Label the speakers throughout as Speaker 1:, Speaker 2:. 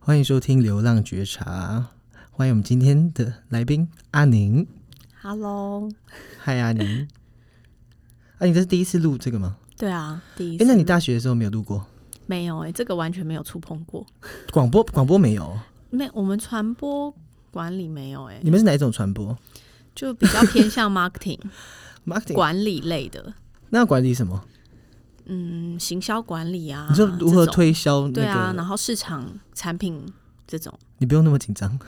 Speaker 1: 欢迎收听《流浪觉察》，欢迎我们今天的来宾阿宁。
Speaker 2: Hello，
Speaker 1: 嗨，阿宁。 阿宁，这是第一次录这个吗？
Speaker 2: 对啊，第一
Speaker 1: 哎、
Speaker 2: 次、
Speaker 1: 那你大学的时候没有录过
Speaker 2: 没有哎、这个完全没有触碰过，
Speaker 1: 广播？广播没有？
Speaker 2: 没我们传播管理没有哎、
Speaker 1: 你们是哪一种传播
Speaker 2: 就比较偏向 marketing
Speaker 1: ？marketing？
Speaker 2: 管理类的，
Speaker 1: 那要管理什么？
Speaker 2: 嗯，行销管理啊，
Speaker 1: 你说如何
Speaker 2: 这种？
Speaker 1: 推销那个？
Speaker 2: 对啊，然后市场产品 这种，
Speaker 1: 你不用那么紧张。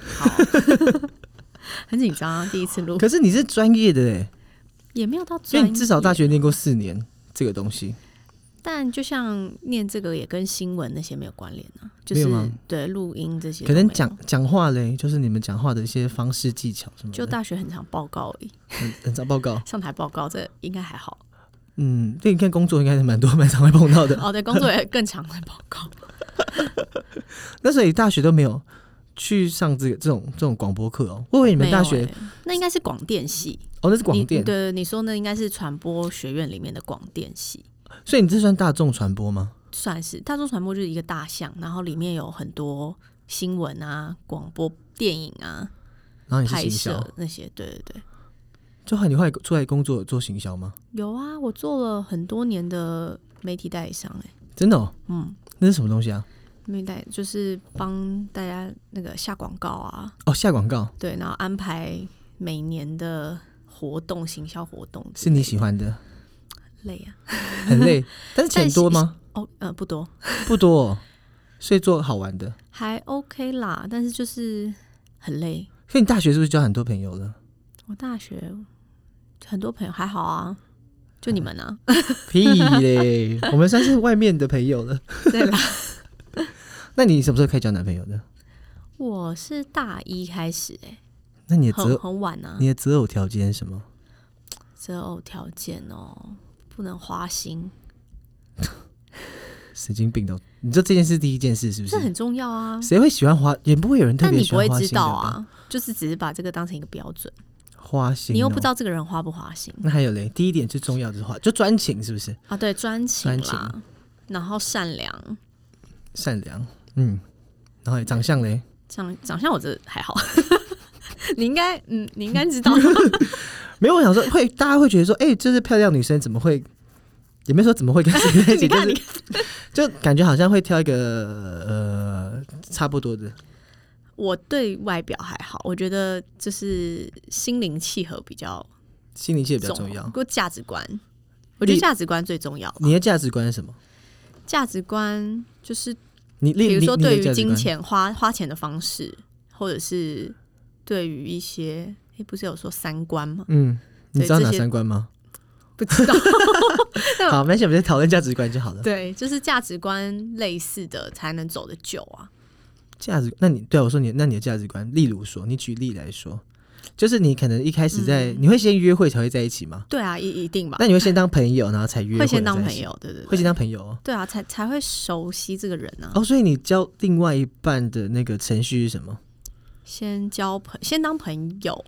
Speaker 2: 很紧张啊，第一次录
Speaker 1: 可是你是专业的哎，
Speaker 2: 也没有到
Speaker 1: 因
Speaker 2: 专
Speaker 1: 为
Speaker 2: 业，
Speaker 1: 你至少大学念过四年这个东西。
Speaker 2: 但就像念这个也跟新闻那些没有关联啊，就
Speaker 1: 没有
Speaker 2: 是
Speaker 1: 吗
Speaker 2: 对录音这些
Speaker 1: 可
Speaker 2: 都没
Speaker 1: 能
Speaker 2: 有
Speaker 1: 讲讲话嘞，就是你们讲话的一些方式技巧什么的，
Speaker 2: 就大学很常报告而已，
Speaker 1: 很很少报 告。
Speaker 2: 上台报告这应该还好。
Speaker 1: 嗯，对，你看工作应该是蛮多蛮常会碰到的。
Speaker 2: 哦，对，工作也更常会报告。
Speaker 1: 那所以大学都没有去上这个这种这种广播课哦。我以为你们
Speaker 2: 没有
Speaker 1: 大学、
Speaker 2: 欸那应该是广电系，
Speaker 1: 哦，那是广
Speaker 2: 你
Speaker 1: 电，
Speaker 2: 对，你说那应该是传播学院里面的广电系，
Speaker 1: 所以你这算大众传播吗？
Speaker 2: 算是大众传播就是一个大项，然后里面有很多新闻啊、广播、电影啊、
Speaker 1: 然后你是
Speaker 2: 拍
Speaker 1: 行销
Speaker 2: 摄，那些，对对对，
Speaker 1: 就很你后来出来工作有做行销吗？
Speaker 2: 有啊，我做了很多年的媒体代理商、欸，哎，
Speaker 1: 真的哦，
Speaker 2: 嗯，
Speaker 1: 那是什么东西啊？
Speaker 2: 媒体代理就是帮大家那个下广告啊，
Speaker 1: 哦，下广告
Speaker 2: 对，然后安排每年的活动、行销活动之
Speaker 1: 是你
Speaker 2: 类
Speaker 1: 喜欢的，
Speaker 2: 累啊，
Speaker 1: 很累，但是钱多 吗？
Speaker 2: 哦，呃，不多，
Speaker 1: 不多、哦，所以做好玩的。
Speaker 2: 还 OK 啦，但是就是很累。
Speaker 1: 所以你大学是不是交很多朋友了？
Speaker 2: 我大学很多朋友还好啊，就你们啊，
Speaker 1: 屁 嘞，我们算是外面的朋友了。
Speaker 2: 对啦。
Speaker 1: 那你什么时候开始交男朋友的？
Speaker 2: 我是大一开始、欸，
Speaker 1: 那你的
Speaker 2: 很
Speaker 1: 择
Speaker 2: 很晚啊。
Speaker 1: 你的择偶条件是什么？
Speaker 2: 择偶条件哦，不能花心，
Speaker 1: 神经病都，你说这件事第一件事是不
Speaker 2: 这
Speaker 1: 是？
Speaker 2: 很重要啊。
Speaker 1: 谁会喜欢花？也不会有人特
Speaker 2: 但
Speaker 1: 别
Speaker 2: 你
Speaker 1: 喜
Speaker 2: 不
Speaker 1: 欢
Speaker 2: 会
Speaker 1: 花
Speaker 2: 知
Speaker 1: 心的
Speaker 2: 道
Speaker 1: 吧？
Speaker 2: 啊，就是只是把这个当成一个标准，
Speaker 1: 花心、哦
Speaker 2: 你又不知。道这个人花不花心
Speaker 1: 那还有嘞，第一点最重要的话，就专情是不是？
Speaker 2: 啊。对，专情
Speaker 1: 专
Speaker 2: 啦，
Speaker 1: 情
Speaker 2: 然后善良，
Speaker 1: 善良，嗯，然后有长相嘞，
Speaker 2: 长长相我这还好， 你应该嗯，你应该知 道。
Speaker 1: 没有。我想说，会大家会觉得说，哎、就是漂亮女生怎么会？也没说怎么会跟谁在一起，
Speaker 2: 你
Speaker 1: 就
Speaker 2: 看，你
Speaker 1: 是就感觉好像会挑一个呃差不多的，
Speaker 2: 我对外表还好，我觉得就是心灵契合比较
Speaker 1: 心灵气比较
Speaker 2: 重，
Speaker 1: 重要
Speaker 2: 不。过价值观，我觉得
Speaker 1: 你
Speaker 2: 价值观最重要吧。
Speaker 1: 你的价值观是什么？
Speaker 2: 价值观就是，
Speaker 1: 你例
Speaker 2: 比如说
Speaker 1: 你你的
Speaker 2: 对于
Speaker 1: 价值
Speaker 2: 金
Speaker 1: 观
Speaker 2: 钱花花钱的方式，或者是对于一些，诶、不是有说三观吗？
Speaker 1: 嗯，你
Speaker 2: 对
Speaker 1: 知道
Speaker 2: 这
Speaker 1: 哪
Speaker 2: 些哦
Speaker 1: 三观吗？
Speaker 2: 不 知道，对
Speaker 1: 好，没关系，我们就讨论价值观就好了。
Speaker 2: 对，就是价值观类似的才能走得久啊。
Speaker 1: 价值，那你对我说你，那你的价值观，例如说，你举例来说，就是你可能一开始在，你会先约会才会在一起吗？
Speaker 2: 对啊，一一定嗯吧，
Speaker 1: 那你会先当朋友，然后才约会，
Speaker 2: 会先当朋，友，对对
Speaker 1: 会
Speaker 2: 对，
Speaker 1: 先当朋友哦。
Speaker 2: 对啊，才才会熟悉这个人啊。
Speaker 1: 哦，所以你交另外一半的那个程序是什么？
Speaker 2: 先交朋，先当朋友，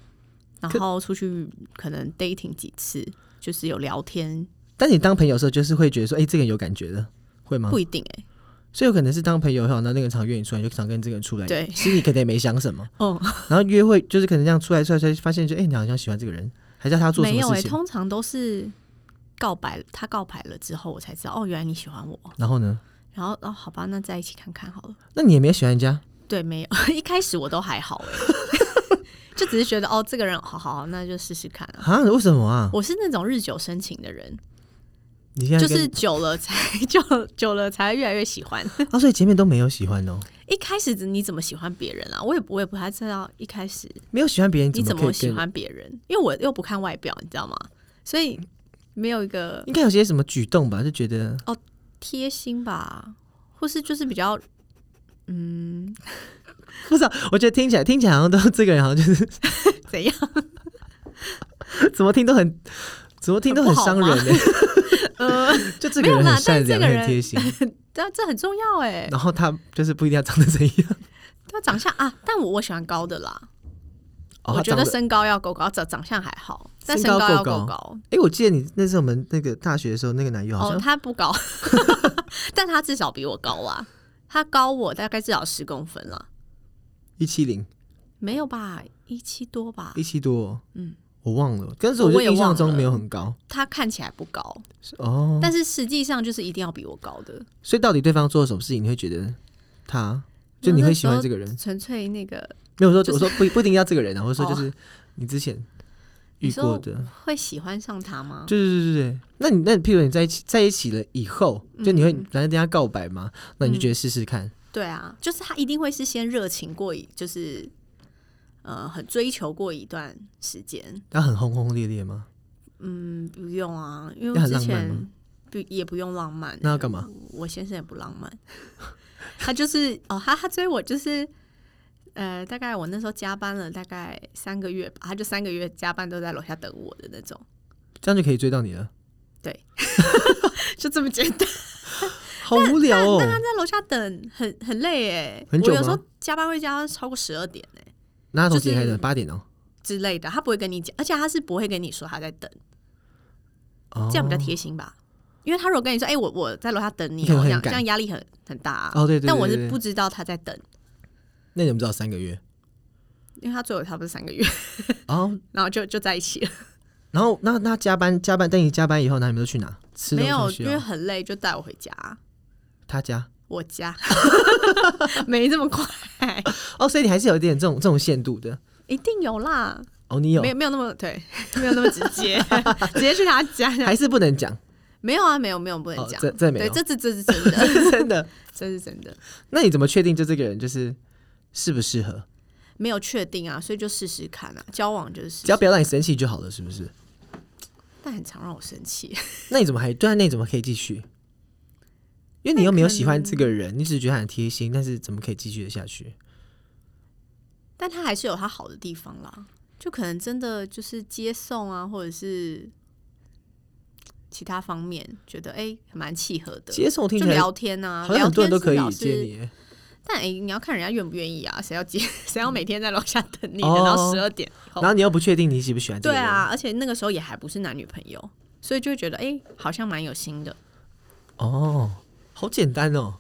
Speaker 2: 然
Speaker 1: 可
Speaker 2: 后出去可能 dating 几次，就是有聊天，
Speaker 1: 但你当朋友的时候，就是会觉得说，哎、这个人有感觉的，会吗
Speaker 2: 不？一定哎、
Speaker 1: 所以有可能是当朋友后，然后那个人常约你出来，就常跟这个人出来，
Speaker 2: 对
Speaker 1: 心里可能也没想什 么。
Speaker 2: 哦，
Speaker 1: 然后约会就是可能这样出来出来出来，发现就，哎、你好像喜欢这个人，还叫他做什
Speaker 2: 没
Speaker 1: 么
Speaker 2: 有哎、
Speaker 1: 事情？
Speaker 2: 通常都是告白，他告白了之后，我才知道哦，原来你喜欢我，
Speaker 1: 然后呢？
Speaker 2: 然后哦，好吧，那在一起看看好了。
Speaker 1: 那你也没有喜欢人家，
Speaker 2: 对，没有，一 开始我都还好哎、 就只是觉得哦，这个人好好，那就试试看啊。
Speaker 1: 啊？为什么啊？
Speaker 2: 我是那种日久生情的人，
Speaker 1: 你现在
Speaker 2: 就
Speaker 1: 跟
Speaker 2: 是久了才 久久了才越来越喜欢。
Speaker 1: 啊，所以前面都没有喜欢哦，
Speaker 2: 一开始你怎么喜欢别人啊？我也不我也不太知道一开始
Speaker 1: 没有喜欢别人，
Speaker 2: 你
Speaker 1: 怎
Speaker 2: 怎
Speaker 1: 可
Speaker 2: 么
Speaker 1: 以
Speaker 2: 喜
Speaker 1: 跟？
Speaker 2: 欢别人？因为我又不看外表，你知道吗？所以没有一个
Speaker 1: 应该有些什么举动吧，就觉得
Speaker 2: 贴心吧，或是就是比较嗯
Speaker 1: 不知道。我觉得听起来听起来好像都 这个人好像就是
Speaker 2: 怎样？
Speaker 1: 怎么听都很怎么听都很伤人呢、
Speaker 2: 呃，
Speaker 1: 就这个人
Speaker 2: 没有
Speaker 1: 很
Speaker 2: 啦但
Speaker 1: 善
Speaker 2: 是这
Speaker 1: 良，
Speaker 2: 个人
Speaker 1: 很贴 心，
Speaker 2: 但这很重要哎、
Speaker 1: 然后他就是不一定要长得怎样。
Speaker 2: 他长相啊，但我我喜欢高的啦，
Speaker 1: 哦，
Speaker 2: 我
Speaker 1: 他
Speaker 2: 觉
Speaker 1: 长
Speaker 2: 得
Speaker 1: 得
Speaker 2: 身高要够高，长长相还好，但
Speaker 1: 身
Speaker 2: 身
Speaker 1: 高
Speaker 2: 高要
Speaker 1: 够
Speaker 2: 够
Speaker 1: 高
Speaker 2: 高。
Speaker 1: 哎、我记得你那时候我 们那个大学的时候，那个男友好
Speaker 2: 哦，
Speaker 1: 像、
Speaker 2: 他不高，但他至少比我高啦。他高我大概至少十公分了，
Speaker 1: 一七零
Speaker 2: 没有吧？一七多吧
Speaker 1: 一？七多，哦
Speaker 2: 嗯，
Speaker 1: 我忘了，但是我
Speaker 2: 我
Speaker 1: 就
Speaker 2: 也
Speaker 1: 印象
Speaker 2: 忘
Speaker 1: 中
Speaker 2: 了
Speaker 1: 没有很高
Speaker 2: 他看起来不高，
Speaker 1: 是哦。
Speaker 2: 但是实际上就是一定要比我高的。
Speaker 1: 所以到底对方做了什么事情，你会觉得他就
Speaker 2: 那
Speaker 1: 你会
Speaker 2: 嗯那
Speaker 1: 喜
Speaker 2: 时候
Speaker 1: 欢这个人？
Speaker 2: 纯粹那个
Speaker 1: 没有我说、我说不不一定要这个 人啊，我说就
Speaker 2: 哦
Speaker 1: 是你之前
Speaker 2: 你
Speaker 1: 遇过
Speaker 2: 说
Speaker 1: 的，
Speaker 2: 会喜欢上他吗？
Speaker 1: 对对对对对。那你那你譬如你在一起在一起了以后，
Speaker 2: 嗯
Speaker 1: 就你会来跟人家告白吗？那你就觉得试试看，
Speaker 2: 对啊，就是他一定会是先热情过一，就是呃很追求过一段时间。
Speaker 1: 他很轰轰烈烈吗？
Speaker 2: 嗯，不用啊，因为
Speaker 1: 那
Speaker 2: 我
Speaker 1: 很浪
Speaker 2: 之
Speaker 1: 漫吗
Speaker 2: 前不也不用浪漫、
Speaker 1: 那要干嘛？
Speaker 2: 我先生也不浪漫， 他就是哦，他他追我就是。呃，大概我那时候加班了大概三个月吧，他就三个月加班都在楼下等我的那种，
Speaker 1: 这样就可以追到你了，
Speaker 2: 就这么简单。
Speaker 1: 好无聊哦。
Speaker 2: 在楼下等很很累哎，
Speaker 1: 很久
Speaker 2: 我
Speaker 1: 吗
Speaker 2: 有时候加班会加到超过十二点哎
Speaker 1: 那他从几点开
Speaker 2: 就
Speaker 1: 始？
Speaker 2: 是
Speaker 1: 八点哦。
Speaker 2: 之类的，他不会跟你讲，而且他是不会跟你说他在等，
Speaker 1: 哦
Speaker 2: 这样比较贴心吧。因为他如果跟你说，哎、我我在楼下等你
Speaker 1: 你可
Speaker 2: 哦，
Speaker 1: 能
Speaker 2: 这
Speaker 1: 会
Speaker 2: 样
Speaker 1: 很
Speaker 2: 这
Speaker 1: 赶
Speaker 2: 样压力很很大、啊。
Speaker 1: 哦，对对对对
Speaker 2: 但我是不，知道他在等，
Speaker 1: 那你怎么知道三个月？
Speaker 2: 因为他追我差不多三个月，
Speaker 1: 哦，
Speaker 2: 然后就就在一起了。
Speaker 1: 然后那那加班加班，等你加班以后，那你们都去哪？吃
Speaker 2: 没有，
Speaker 1: 东西
Speaker 2: 因为
Speaker 1: 哦？
Speaker 2: 很累，就带我回家，
Speaker 1: 他家
Speaker 2: 我家没这么快，
Speaker 1: 哦，所以你还是有一点这种这种限度的
Speaker 2: 一定有啦，
Speaker 1: 哦，你有
Speaker 2: 没有没有那么对， 没有那么直 接，直接去他家，
Speaker 1: 还是不能讲
Speaker 2: 没有啊，没有没有不能
Speaker 1: 哦，
Speaker 2: 讲，
Speaker 1: 这这没
Speaker 2: 对，
Speaker 1: 有，
Speaker 2: 这这这是真的，
Speaker 1: 真的。
Speaker 2: 这是真的，
Speaker 1: 那你怎么确定就这个人就是适不适合？
Speaker 2: 没有确定啊，所以就试试看啊，交往就是试
Speaker 1: 只要
Speaker 2: 试，
Speaker 1: 不要让你生气就好了，是不是？
Speaker 2: 但很常让我生气，
Speaker 1: 那你怎么还对啊？那你怎么可以继续？因为你又没有喜欢这个人，你只是觉得他很贴心，但是怎么可以继续的下去？
Speaker 2: 但他还是有他好的地方啦，就可能真的就是接送啊，或者是其他方面，觉得哎蛮契合的，
Speaker 1: 接送听
Speaker 2: 就
Speaker 1: 起来
Speaker 2: 聊天啊，
Speaker 1: 好像很多人都可
Speaker 2: 聊
Speaker 1: 以
Speaker 2: 天是
Speaker 1: 接
Speaker 2: 表示
Speaker 1: 你耶，
Speaker 2: 但哎、你要看人家愿不愿意啊，谁要接， 谁要每天在楼下等你，
Speaker 1: 哦
Speaker 2: 等到十二点后
Speaker 1: 然后你又不确定你喜不喜欢这个
Speaker 2: 对
Speaker 1: 人。
Speaker 2: 啊，而且那个时候也还不是男女朋友，所以就会觉得哎、好像蛮有心的。
Speaker 1: 哦，好简单哦。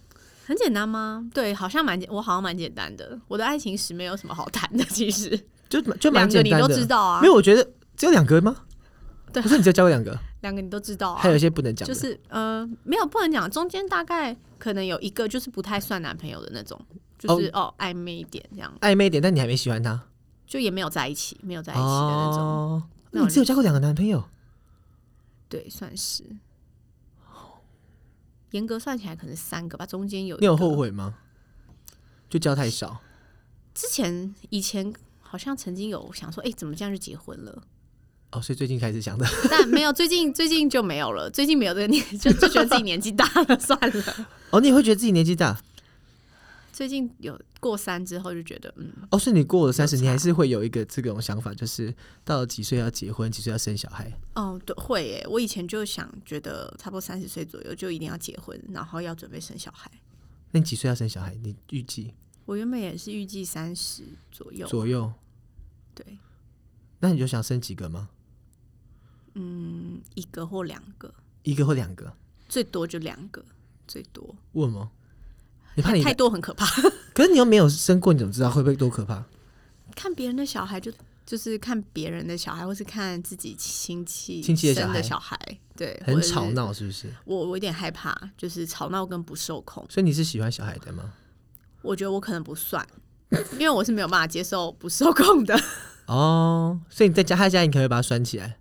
Speaker 2: 很简单吗？对，好像蛮简，我好像蛮简单的。我的爱情史没有什么好谈的，其实
Speaker 1: 就就蛮
Speaker 2: 两个
Speaker 1: 简
Speaker 2: 你
Speaker 1: 单
Speaker 2: 都
Speaker 1: 的。
Speaker 2: 知道啊
Speaker 1: 没，有，我觉得只有两个吗？
Speaker 2: 对
Speaker 1: 不是你只有教过两个，
Speaker 2: 两个你都知道啊
Speaker 1: 还有。一些不能讲
Speaker 2: 就
Speaker 1: 的。
Speaker 2: 是呃，没有不能讲，中间大概可能有一个就是不太算男朋友的那种，就是哦暧昧一点这样，
Speaker 1: 暧昧一点，但你还没喜欢他，
Speaker 2: 就也没有在一起，没有在
Speaker 1: 在
Speaker 2: 一起的那种。
Speaker 1: 哦，那
Speaker 2: 那
Speaker 1: 你
Speaker 2: 我
Speaker 1: 只有交过两个男朋友，
Speaker 2: 对，算是。严格算起来可能三个吧，中间有一
Speaker 1: 你有
Speaker 2: 个
Speaker 1: 后悔吗？就交太少，
Speaker 2: 之前以前好像曾经有想说，哎、怎么这样就结婚了？
Speaker 1: 哦，所以最近开始想的，
Speaker 2: 但没有，最近最近就没有了，最近没有这个年，就就觉得自己年纪大了， 算了。
Speaker 1: 哦，你也会觉得自己年纪大，
Speaker 2: 最近有过三之后就觉得，嗯，
Speaker 1: 哦，所以你过了三十，
Speaker 2: 有差
Speaker 1: 你还是会有一个这种想法，就是到了几岁要结婚，几岁要生小孩，
Speaker 2: 哦，对，会耶。我以前就想觉得差不多三十岁左右就一定要结婚，然后要准备生小孩。
Speaker 1: 那你几岁要生小孩？你预计
Speaker 2: 我原本也是预计三十左右，
Speaker 1: 左右？
Speaker 2: 对，
Speaker 1: 那你就想生几个吗？
Speaker 2: 嗯，一个或两个，
Speaker 1: 一个或两个？
Speaker 2: 最多就两个，最多。
Speaker 1: 问吗？你怕你
Speaker 2: 太多很可怕。
Speaker 1: 可是你又没有生过，你怎么知道会不会多可怕？
Speaker 2: 看别人的小孩就就是看别人的小孩，或是看自己亲戚
Speaker 1: 亲戚的小
Speaker 2: 生
Speaker 1: 孩
Speaker 2: 的小孩，对，
Speaker 1: 很
Speaker 2: 或者是
Speaker 1: 吵。闹是不是？
Speaker 2: 我我有点害怕，就是吵闹跟不受控。
Speaker 1: 所以你是喜欢小孩的吗？
Speaker 2: 我觉得我可能不算，因为我是没有办法接受不受控的。
Speaker 1: 哦，所以你在家他家，你可能会把他拴起来。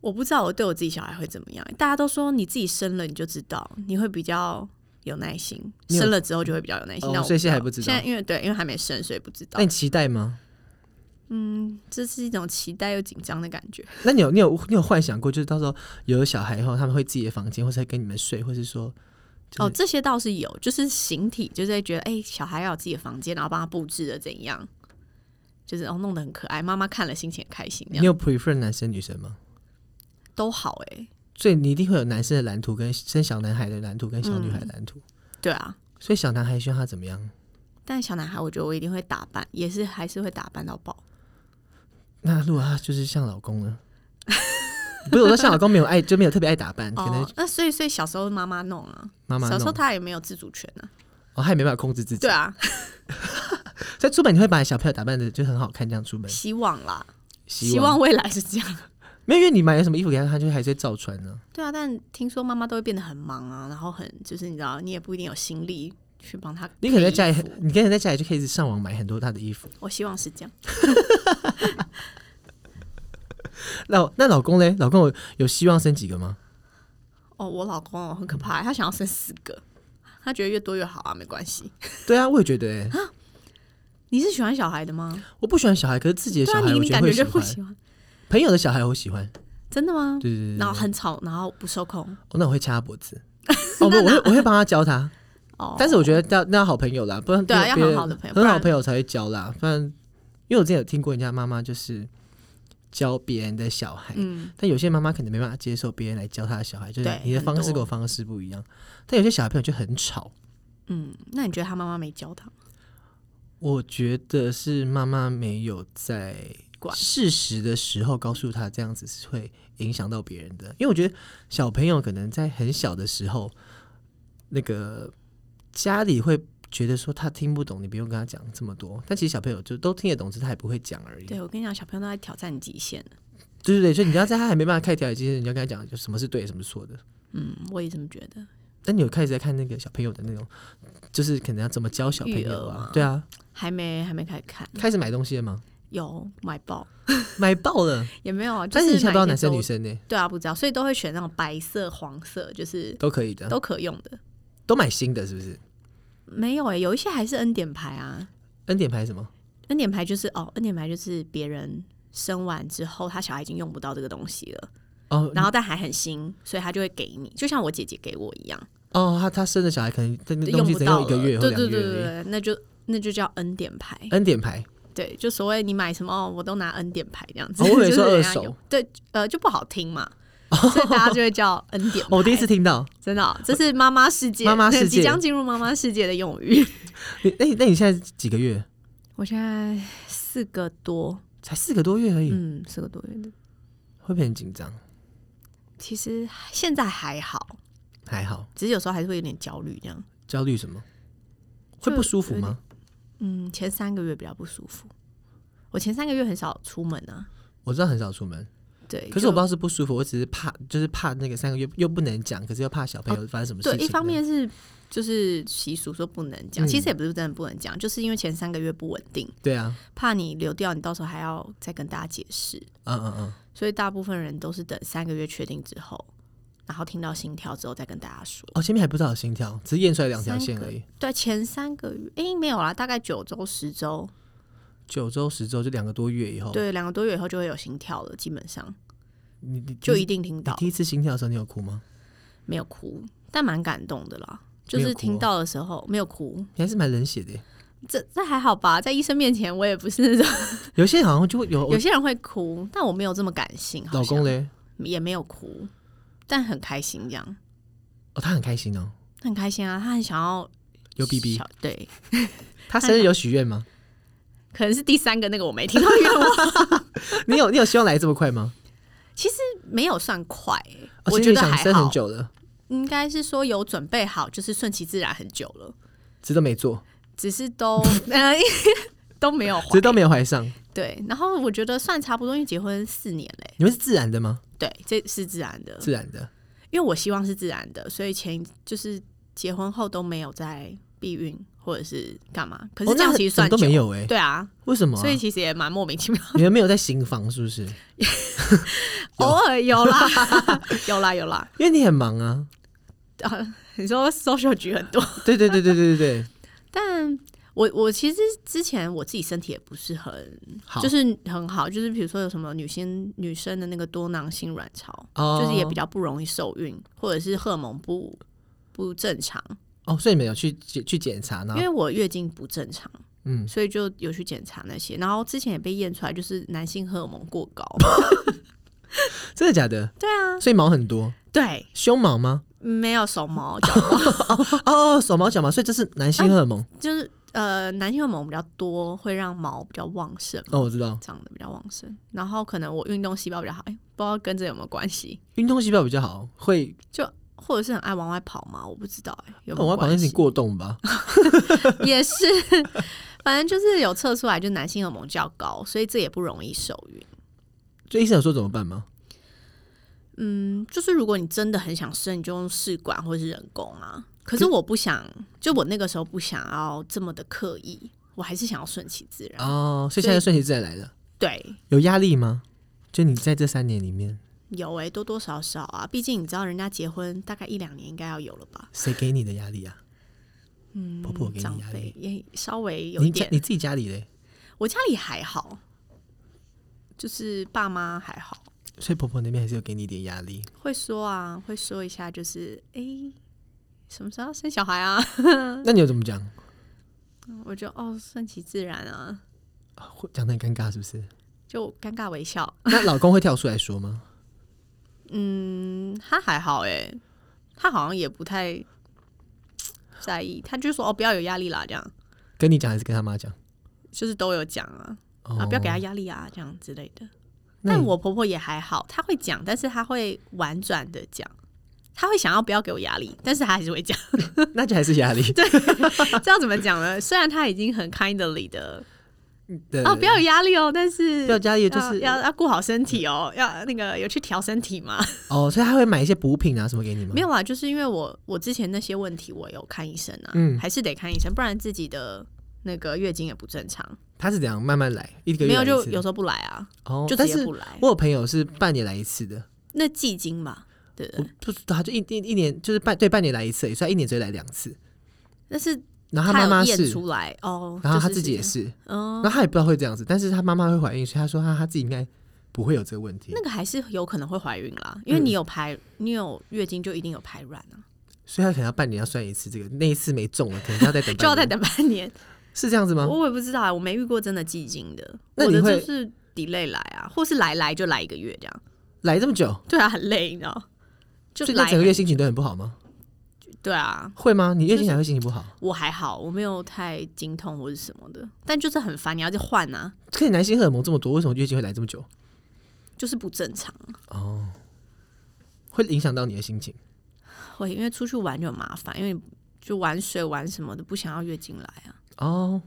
Speaker 2: 我不知道我对我自己小孩会怎么样。大家都说你自己生了你就知道，你会比较有耐心，
Speaker 1: 你有
Speaker 2: 生了之后就会比较有耐心。
Speaker 1: 哦
Speaker 2: 那我
Speaker 1: 所以现在还
Speaker 2: 不
Speaker 1: 不知道
Speaker 2: 哎现在因为对，因为还没生，所以不知道
Speaker 1: 那。你期待吗？
Speaker 2: 嗯，这是一种期待又紧张的感觉。
Speaker 1: 那你有你有你有幻想过，就是到时候有了小孩以后，他们会自己的房间，或是跟你们睡，或是说，就是
Speaker 2: 哦，这些倒是有，就是形体，就是会觉得哎、小孩要有自己的房间，然后帮他布置的怎样，就是哦弄得很可爱，妈妈看了心情很开心，这
Speaker 1: 你
Speaker 2: 样
Speaker 1: 有 prefer 男生女生吗？
Speaker 2: 都好哎、
Speaker 1: 所以你一定会有男生的蓝图，跟生小男孩的蓝图，跟小女孩的
Speaker 2: 嗯
Speaker 1: 蓝图。
Speaker 2: 对啊，
Speaker 1: 所以小男孩希望他怎么样？
Speaker 2: 但小男孩，我觉得我一定会打扮，也是还是会打扮到爆。
Speaker 1: 那如果他就是像老公呢？不是我说像老公没有爱，就
Speaker 2: 哦
Speaker 1: 没有特别爱打扮，可能
Speaker 2: 哦，那所以所以小时候妈妈弄啊，
Speaker 1: 妈妈
Speaker 2: 小时候
Speaker 1: 弄。
Speaker 2: 他也没有自主权啊，
Speaker 1: 哦，他也没办法控制自己。
Speaker 2: 对啊，
Speaker 1: 在出门你会把小朋友打扮的就很好看，这样出门。
Speaker 2: 希望啦，
Speaker 1: 希
Speaker 2: 希望未来是这样。
Speaker 1: 没有，因为你买了什么衣服给他，他就还是会照穿呢、
Speaker 2: 对啊，但听说妈妈都会变得很忙啊，然后很就是你知道，你也不一定有心力去帮她。
Speaker 1: 你可能在家里，你可能在家里就可以一直上网买很多他的衣服。
Speaker 2: 我希望是这样。
Speaker 1: 那那老公嘞？老公有有希望生几个吗？
Speaker 2: 哦，我老公哦很可怕欸，他想要生四个，他觉得越多越好啊，没关系。
Speaker 1: 对啊，我也觉得、欸，
Speaker 2: 你是喜欢小孩的吗？
Speaker 1: 我不喜欢小孩，可是自己的
Speaker 2: 对
Speaker 1: 小
Speaker 2: 啊，
Speaker 1: 孩
Speaker 2: 你
Speaker 1: 我
Speaker 2: 你
Speaker 1: 觉得
Speaker 2: 感
Speaker 1: 会
Speaker 2: 觉
Speaker 1: 喜
Speaker 2: 就不
Speaker 1: 欢，
Speaker 2: 喜欢，
Speaker 1: 朋友的小孩我喜欢。
Speaker 2: 真的吗？
Speaker 1: 对对对对
Speaker 2: 然后很吵，然后不受控。
Speaker 1: 哦那我会掐他脖 子。哦，不，我会我会帮他教他，
Speaker 2: 哦，
Speaker 1: 但是我觉得要那要好朋友啦，不然
Speaker 2: 对啊
Speaker 1: 别
Speaker 2: 要
Speaker 1: 别
Speaker 2: 很
Speaker 1: 人
Speaker 2: 好的朋友不
Speaker 1: 很好
Speaker 2: 然
Speaker 1: 朋友才会教啦，不然因为我之前有听过人家妈妈就是教别人的小孩，
Speaker 2: 嗯，
Speaker 1: 但有些妈妈可能没办法接受别人来教她的小孩，就是
Speaker 2: 对
Speaker 1: 你的
Speaker 2: 很
Speaker 1: 方式跟
Speaker 2: 多
Speaker 1: 我方式不一样。但有些小朋友就很吵，
Speaker 2: 嗯，那你觉得他妈妈没教他？
Speaker 1: 我觉得是妈妈没有在
Speaker 2: 管
Speaker 1: 适时的时候告诉他这样子是会影响到别人的，因为我觉得小朋友可能在很小的时候，那个家里会觉得说他听不懂，你不用跟他讲这么多。但其实小朋友就都听得懂，只是他也不会讲而已。
Speaker 2: 对我跟你讲，小朋友都在挑战极限。
Speaker 1: 对对对，所以你要在他还没办法开条理之前，你要跟他讲就什么是对，什么是错的。
Speaker 2: 嗯，我也这么觉得。
Speaker 1: 但你有开始在看那个小朋友的那种，就是可能要怎么教小朋
Speaker 2: 育
Speaker 1: 友
Speaker 2: 儿
Speaker 1: 啊
Speaker 2: 吗？
Speaker 1: 对啊，
Speaker 2: 还没还没开始看，
Speaker 1: 开始买东西了 吗？
Speaker 2: 有买爆
Speaker 1: 买爆了，
Speaker 2: 也没有啊，就
Speaker 1: 但是你现在不知道
Speaker 2: 买
Speaker 1: 男
Speaker 2: 一些
Speaker 1: 生女
Speaker 2: 周
Speaker 1: 生呢、
Speaker 2: 对啊，不知道，所以都会选那种白色、黄色，就是
Speaker 1: 都可以的，
Speaker 2: 都可用的。
Speaker 1: 都买新的，是不是？
Speaker 2: 没有哎、有一些还是恩典牌啊。
Speaker 1: 恩典牌什么？
Speaker 2: 恩典牌就是哦，恩典牌就是别人生完之后，他小孩已经用不到这个东西了，
Speaker 1: 哦，
Speaker 2: 然后但还很新，所以他就会给你，就像我姐姐给我一样，
Speaker 1: 哦，他他生的小孩可能这个东
Speaker 2: 用
Speaker 1: 西
Speaker 2: 不
Speaker 1: 只
Speaker 2: 到
Speaker 1: 用
Speaker 2: 了。
Speaker 1: 一个月或
Speaker 2: 对
Speaker 1: 两
Speaker 2: 对
Speaker 1: 个
Speaker 2: 对
Speaker 1: 月
Speaker 2: 对
Speaker 1: 而已。
Speaker 2: 对，那就那就叫恩典牌。
Speaker 1: 恩典牌
Speaker 2: 对，就所谓你买什么，哦我都拿恩典牌这样子。
Speaker 1: 哦我以为
Speaker 2: 就是
Speaker 1: 说二
Speaker 2: 人家
Speaker 1: 手
Speaker 2: 用，对，呃，就不好听嘛，所以大家就会叫恩典牌。
Speaker 1: 哦我第一次听到。
Speaker 2: 真的哦、这是妈妈世界，
Speaker 1: 妈妈世界
Speaker 2: 即将进入妈妈世界的用 语。
Speaker 1: 你那你那你现在几个月？
Speaker 2: 我现在四个多，
Speaker 1: 才四个多月而已，
Speaker 2: 嗯，四个多月的，
Speaker 1: 会不会很紧张？
Speaker 2: 其实现在还好，
Speaker 1: 还好，
Speaker 2: 只是有时候还是会有点焦虑这样。
Speaker 1: 焦虑什么？
Speaker 2: 就
Speaker 1: 会不舒服
Speaker 2: 有
Speaker 1: 吗？
Speaker 2: 嗯，前三个月比较不舒服，我前三个月很少出门啊。
Speaker 1: 我知道很少出门，
Speaker 2: 对，
Speaker 1: 可是我不知
Speaker 2: 就
Speaker 1: 道是不舒服，我只是怕，就是怕那个三个月又不能讲，可是又怕小朋友发生什么事情。
Speaker 2: 哦
Speaker 1: 啊
Speaker 2: 对，一方面是就是习俗说不能讲，
Speaker 1: 嗯
Speaker 2: 其实也不是真的不能讲，就是因为前三个月不稳定，
Speaker 1: 对啊，
Speaker 2: 怕你流掉，你到时候还要再跟大家解释。
Speaker 1: 嗯嗯嗯，
Speaker 2: 所以大部分人都是等三个月确定之后，然后听到心跳之后再跟大家说。
Speaker 1: 哦，前面还不知道有心跳，只是验出来两条
Speaker 2: 三
Speaker 1: 线
Speaker 2: 个
Speaker 1: 而已，
Speaker 2: 对，前三个月，诶，没有啦，大概九周、十周，
Speaker 1: 九周十周就两个多月以后，
Speaker 2: 对，两个多月以后就会有心跳了，基本上
Speaker 1: 你你
Speaker 2: 就
Speaker 1: 你
Speaker 2: 一定听
Speaker 1: 你
Speaker 2: 到，
Speaker 1: 第一次心跳的时候，你有哭吗？
Speaker 2: 没有哭，但蛮感动的啦。就
Speaker 1: 没
Speaker 2: 是
Speaker 1: 有哭
Speaker 2: 听
Speaker 1: 哦
Speaker 2: 到的时候没有哭，
Speaker 1: 你还是蛮冷血的耶。
Speaker 2: 这这还好吧，在医生面前我也不是那 种，
Speaker 1: 有些人好像就会有
Speaker 2: 有些人会哭，但我没有这么感性，好
Speaker 1: 老公
Speaker 2: 像
Speaker 1: 嘞，
Speaker 2: 也没有哭，但很开心这样，
Speaker 1: 哦，他很开心哦，
Speaker 2: 很开心啊，他很想要
Speaker 1: 有 BB，
Speaker 2: 小对，
Speaker 1: 他生日有许愿吗？
Speaker 2: 可能是第三个那个我没听到愿望，
Speaker 1: 你有你有希望来这么快吗？
Speaker 2: 其实 没有算快、欸
Speaker 1: 哦
Speaker 2: 我
Speaker 1: 其
Speaker 2: 觉
Speaker 1: 实你
Speaker 2: 得
Speaker 1: 想
Speaker 2: 还
Speaker 1: 生很
Speaker 2: 好，
Speaker 1: 久了，
Speaker 2: 应该是说有准备好，就是顺其自然很久了，
Speaker 1: 只都没做，
Speaker 2: 只 是都 呃都没有
Speaker 1: 只是
Speaker 2: 怀
Speaker 1: 都没有怀上。
Speaker 2: 对。然后我觉得算差不多，因为结婚四年嘞、
Speaker 1: 你们是自然的吗？
Speaker 2: 对，这是自然的，
Speaker 1: 自然的，
Speaker 2: 因为我希望是自然的，所以前就是结婚后都没有在避孕或者是干嘛，呃可是
Speaker 1: 哦
Speaker 2: 这样
Speaker 1: 那
Speaker 2: 其实
Speaker 1: 怎么
Speaker 2: 算
Speaker 1: 都
Speaker 2: 久
Speaker 1: 没有哎，
Speaker 2: 对啊，
Speaker 1: 为什么啊？
Speaker 2: 所以其实也蛮莫名其妙，
Speaker 1: 你们没有在行房是不 是？有
Speaker 2: 偶尔 有啦，有啦有啦，
Speaker 1: 因为你很忙啊。
Speaker 2: 你说 social 局很多，
Speaker 1: 对对对对对对
Speaker 2: 但我我其实之前我自己身体也不是很
Speaker 1: 对，好，
Speaker 2: 就是很好，就是比如说有什么女性女生的那个多囊性卵巢，
Speaker 1: 哦
Speaker 2: 就是也比较不容易受孕，或者是荷尔蒙不不正常，
Speaker 1: 哦，所以你们有去检去检查呢
Speaker 2: 因？为我月经不正常，
Speaker 1: 嗯，
Speaker 2: 所以就有去检查那些，然后之前也被验出来就是男性荷尔蒙过 高，
Speaker 1: 真的假的？
Speaker 2: 对啊，
Speaker 1: 所以毛很多，
Speaker 2: 对，
Speaker 1: 胸毛吗？
Speaker 2: 没有手毛，脚
Speaker 1: 哦，手毛脚毛，所以这是男性荷尔蒙。
Speaker 2: 就是呃男性荷尔蒙比较多，会让毛比较旺盛。
Speaker 1: 哦，我知道，
Speaker 2: 长得比较旺盛，然后可能我运动细胞比较好，哎、不知道跟这有没有关系，
Speaker 1: 运动细胞比较好，会哦
Speaker 2: 就或者是很爱往外跑嘛，我不知道哎、有没
Speaker 1: 那我
Speaker 2: 有
Speaker 1: 要把那
Speaker 2: 关
Speaker 1: 事
Speaker 2: 系
Speaker 1: 情？过动吧。
Speaker 2: 也是，反正就是有测出来，就男性荷尔蒙较高，所以这也不容易受孕。
Speaker 1: 所以医生有说怎么办吗？
Speaker 2: 嗯，就是如果你真的很想生，你就用试管或是人工啊。可是
Speaker 1: 可
Speaker 2: 我不想，就我那个时候不想要这么的刻意，我还是想要顺其自然。
Speaker 1: 哦，所以
Speaker 2: 所
Speaker 1: 现
Speaker 2: 以
Speaker 1: 在顺其自然来了，
Speaker 2: 对，
Speaker 1: 有压力吗？就你在这三年里面，
Speaker 2: 有诶、多多少少啊，毕竟你知道人家结婚大概一两年应该要有了吧？
Speaker 1: 谁给你的压力啊？
Speaker 2: 嗯，
Speaker 1: 婆婆给你
Speaker 2: 长
Speaker 1: 压
Speaker 2: 辈
Speaker 1: 力
Speaker 2: 也稍微有一
Speaker 1: 你家
Speaker 2: 点，
Speaker 1: 你自己家里嘞，
Speaker 2: 我家里还好，就是爸妈还好，
Speaker 1: 所以婆婆那边还是有给你一点压力。
Speaker 2: 会说啊，会说一下，就是诶、什么时候要生小孩啊？
Speaker 1: 那你有怎么讲？
Speaker 2: 我就哦，顺其自然啊，
Speaker 1: 会讲的很尴尬是不是？
Speaker 2: 就尴尬微笑。
Speaker 1: 那老公会跳出来说吗？
Speaker 2: 嗯，他还好诶、他好像也不太在意，他就说哦，不要有压力啦，这样
Speaker 1: 跟你讲还是跟他妈讲？
Speaker 2: 就是都有讲啊，
Speaker 1: 哦
Speaker 2: 啊，不要给他。压力啊，这样之类的。
Speaker 1: 那
Speaker 2: 但
Speaker 1: 你
Speaker 2: 我婆婆也还好，她会讲，但是她会婉转的讲，她会想要不要给我压力，但是她还是会讲。
Speaker 1: 那就还是压力。
Speaker 2: 这样怎么讲呢？虽然她已经很 kindly 的
Speaker 1: 对
Speaker 2: 哦，不要有压力哦，但是
Speaker 1: 不要压力，就是
Speaker 2: 要要要顾好身体哦，要那个有去调身体嘛？
Speaker 1: 哦，所以他会买一些补品啊什么给你吗？
Speaker 2: 没有啦，就是因为我我之前那些问题我有看医生啊，
Speaker 1: 嗯
Speaker 2: 还是得看医生，不然自己的。那个月经也不正常，
Speaker 1: 他是怎样慢慢来，一个月
Speaker 2: 没有
Speaker 1: 来
Speaker 2: 就
Speaker 1: 一次
Speaker 2: 有时候不来啊，
Speaker 1: 哦，
Speaker 2: 就直
Speaker 1: 但
Speaker 2: 接
Speaker 1: 是
Speaker 2: 不来。
Speaker 1: 我有朋友是半年来一次的，
Speaker 2: 那季经嘛，对
Speaker 1: 我
Speaker 2: 不对？
Speaker 1: 不知道他就一一一年就是半对半年来一次而已，所以他一年只会来两次。
Speaker 2: 但是
Speaker 1: 然后
Speaker 2: 她
Speaker 1: 啊他妈
Speaker 2: 有
Speaker 1: 妈
Speaker 2: 验
Speaker 1: 是，
Speaker 2: 出来哦，
Speaker 1: 然后他
Speaker 2: 就是
Speaker 1: 自己也
Speaker 2: 这样，
Speaker 1: 是，
Speaker 2: 嗯，
Speaker 1: 然后他也不知道会这样子，但是他妈妈会怀孕，所以他说他他自己应该不会有这个问题
Speaker 2: 那，个还是有可能会怀孕啦，因为
Speaker 1: 嗯
Speaker 2: 你有排，你有月经就一定有排卵啊，
Speaker 1: 所以他可能要半年要算一次这个，那一次没中了，可能就要再等半年，
Speaker 2: 就要再等半年。
Speaker 1: 是这样子吗？
Speaker 2: 我也不知道啊，我没遇过真的季经的，
Speaker 1: 那你
Speaker 2: 我的
Speaker 1: 会
Speaker 2: 就是 delay 来啊，或是来来就来一个月这样，
Speaker 1: 来这么久，
Speaker 2: 对啊，很累，你知道，就
Speaker 1: 所以
Speaker 2: 来
Speaker 1: 那整个月
Speaker 2: 很
Speaker 1: 心情都很不好吗？
Speaker 2: 对啊，
Speaker 1: 会吗？你月
Speaker 2: 就
Speaker 1: 经
Speaker 2: 是
Speaker 1: 还会心情不好？
Speaker 2: 我还好，我没有太经痛或者什么的，但就是很烦，你要去换啊，
Speaker 1: 可以男性荷尔蒙这么多，为什么月经会来这么久？
Speaker 2: 就是不正常，
Speaker 1: 哦，会影响到你的心情。
Speaker 2: 会因为出去玩就很麻烦，因为你就玩水玩什么的，不想要月经来啊，
Speaker 1: 哦，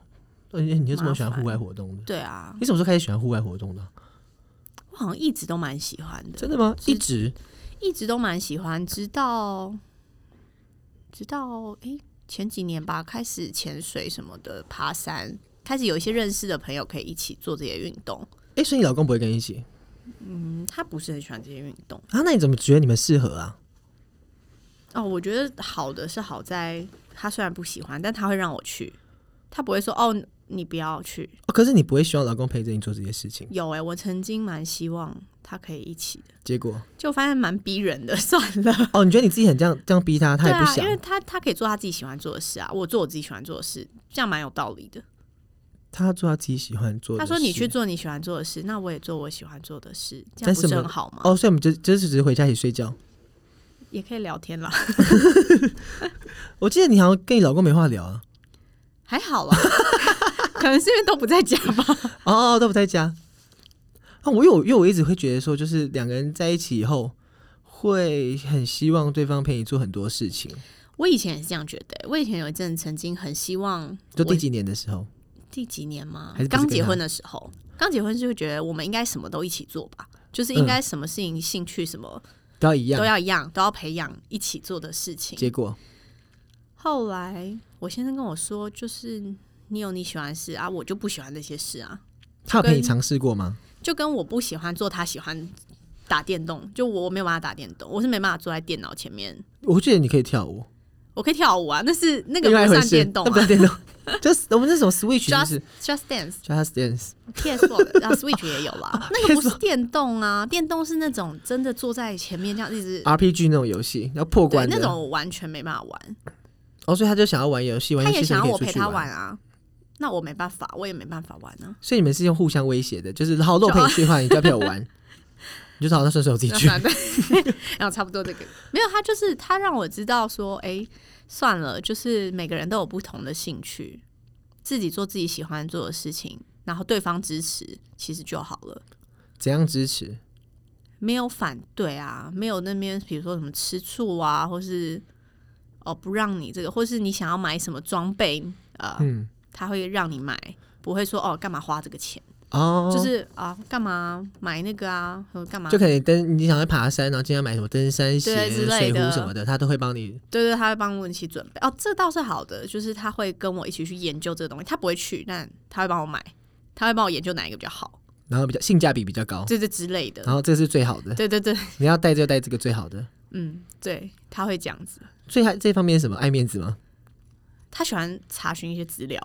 Speaker 1: 呃你你就这么喜欢
Speaker 2: 麻
Speaker 1: 户
Speaker 2: 烦
Speaker 1: 外活动的？
Speaker 2: 对啊，
Speaker 1: 你什么时候开始喜欢户外活动的啊？
Speaker 2: 我好像一直都蛮喜欢的，
Speaker 1: 真的吗？
Speaker 2: 是
Speaker 1: 一直
Speaker 2: 一直都蛮喜欢，直到直到诶前几年吧，开始潜水什么的，爬山，开始有一些认识的朋友可以一起做这些运动。
Speaker 1: 哎、所以你老公不会跟你一起
Speaker 2: 嗯，他不是很喜欢这些运动
Speaker 1: 啊？那你怎么觉得你们适合啊？
Speaker 2: 哦。我觉得好的是好在，他虽然不喜欢，但他会让我去，他不会说哦你不要去。
Speaker 1: 哦，可是你不会希望老公陪着你做这些事情，
Speaker 2: 有诶、我曾经蛮希望他可以一起的，
Speaker 1: 结果
Speaker 2: 就发现蛮逼人的， 算了。
Speaker 1: 哦，你觉得你自己很这样这样逼他，他
Speaker 2: 对
Speaker 1: 也不
Speaker 2: 啊，
Speaker 1: 想
Speaker 2: 因，为他他可以做他自己喜欢做的事啊，我做我自己喜欢做的事，这样蛮有道理的。
Speaker 1: 他做他自己喜欢做的
Speaker 2: 他
Speaker 1: 事。
Speaker 2: 说：“你去做你喜欢做的事，那我也做我喜欢做的事，
Speaker 1: 但
Speaker 2: 这样不
Speaker 1: 是
Speaker 2: 是
Speaker 1: 我
Speaker 2: 很
Speaker 1: 们
Speaker 2: 好吗？
Speaker 1: 哦，所以我们就就是只是回家一起睡觉。
Speaker 2: 也可以聊天啦，
Speaker 1: 我记得你好像跟你老公没话聊啊，
Speaker 2: 还好啦， 可能是因为都不在家 吧。
Speaker 1: 哦，哦都不在家。啊，我有，因为我一直会觉得说，就是两个人在一起以后，会很希望对方陪你做很多事情。
Speaker 2: 我以前也是这样觉得、欸我以前有一阵曾经很希望
Speaker 1: 就
Speaker 2: 我
Speaker 1: 第几年的时候，
Speaker 2: 第几年嘛
Speaker 1: 还是，不是
Speaker 2: 刚
Speaker 1: 跟
Speaker 2: 结
Speaker 1: 他
Speaker 2: 婚的时候，刚结婚就会觉得我们应该什么都一起做吧，就是应该什么事情、兴趣什么
Speaker 1: 都嗯要一样
Speaker 2: 都。要一样，都要培养一起做的事情。
Speaker 1: 结果
Speaker 2: 后来我先生跟我说，就是你有你喜欢的事啊，我就不喜欢这些事啊。”
Speaker 1: 他有陪你
Speaker 2: 跟
Speaker 1: 尝试过吗？
Speaker 2: 就跟我不喜欢做他喜欢打电动，就我没有办法打电动，我是没办法坐在电脑前面。
Speaker 1: 我记得你可以跳舞，
Speaker 2: 我可以跳舞啊，那是那个
Speaker 1: 另外一
Speaker 2: 不
Speaker 1: 回
Speaker 2: 算
Speaker 1: 事
Speaker 2: 电动
Speaker 1: 那 不
Speaker 2: 啊
Speaker 1: 是电 动，就是我们那种 Switch 就
Speaker 2: ，Just
Speaker 1: 是
Speaker 2: Just Dance
Speaker 1: Just Dance。
Speaker 2: PS 4啊 Switch 也有啦，那个不是电动啊，电动是那种真的坐在前面这样一直
Speaker 1: RPG 那种游戏要破
Speaker 2: 对
Speaker 1: 关的
Speaker 2: 那种我完全没办法玩，
Speaker 1: 哦，所以他就想要玩游戏，玩
Speaker 2: 他
Speaker 1: 游
Speaker 2: 也
Speaker 1: 戏才
Speaker 2: 想
Speaker 1: 可
Speaker 2: 要
Speaker 1: 以
Speaker 2: 我
Speaker 1: 出
Speaker 2: 陪
Speaker 1: 去
Speaker 2: 他玩。啊，那我没办法，我也没办法玩啊，
Speaker 1: 所以你们是用互相威胁的，就是好，如果我陪你去的话，你就要陪我 玩，你就说好，那顺手我自己
Speaker 2: 哦那
Speaker 1: 去。
Speaker 2: 算了， 然后差不多这个没有，他就是他让我知道说，哎、算了，就是每个人都有不同的兴趣，自己做自己喜欢做的事情，然后对方支持，其实就好了。
Speaker 1: 怎样支持？
Speaker 2: 没有反对啊，没有那边比如说什么吃醋啊，或是哦不让你这个，或是你想要买什么装备，呃，
Speaker 1: 嗯，
Speaker 2: 他会让你买，不会说哦干嘛花这个钱，
Speaker 1: 哦，
Speaker 2: 就是啊干嘛买那个啊，或者干嘛
Speaker 1: 就可能登你想要爬山，然后今天买什么登山鞋
Speaker 2: 对、之
Speaker 1: 水
Speaker 2: 类的
Speaker 1: 壶什么的，他都会帮你。
Speaker 2: 对对，他会帮我一起准备。哦，这倒是好的，就是他会跟我一起去研究这个东西。他不会去，但他会帮我买，他会帮我研究哪一个比较好，
Speaker 1: 然后比较性价比比较高，
Speaker 2: 这这之类的。
Speaker 1: 然后这是最好的，
Speaker 2: 对对对，
Speaker 1: 你要带就带这个最好的。
Speaker 2: 嗯，对，他会这样子。
Speaker 1: 所以他这方面是什么爱面子吗？
Speaker 2: 他喜欢查询一些资料，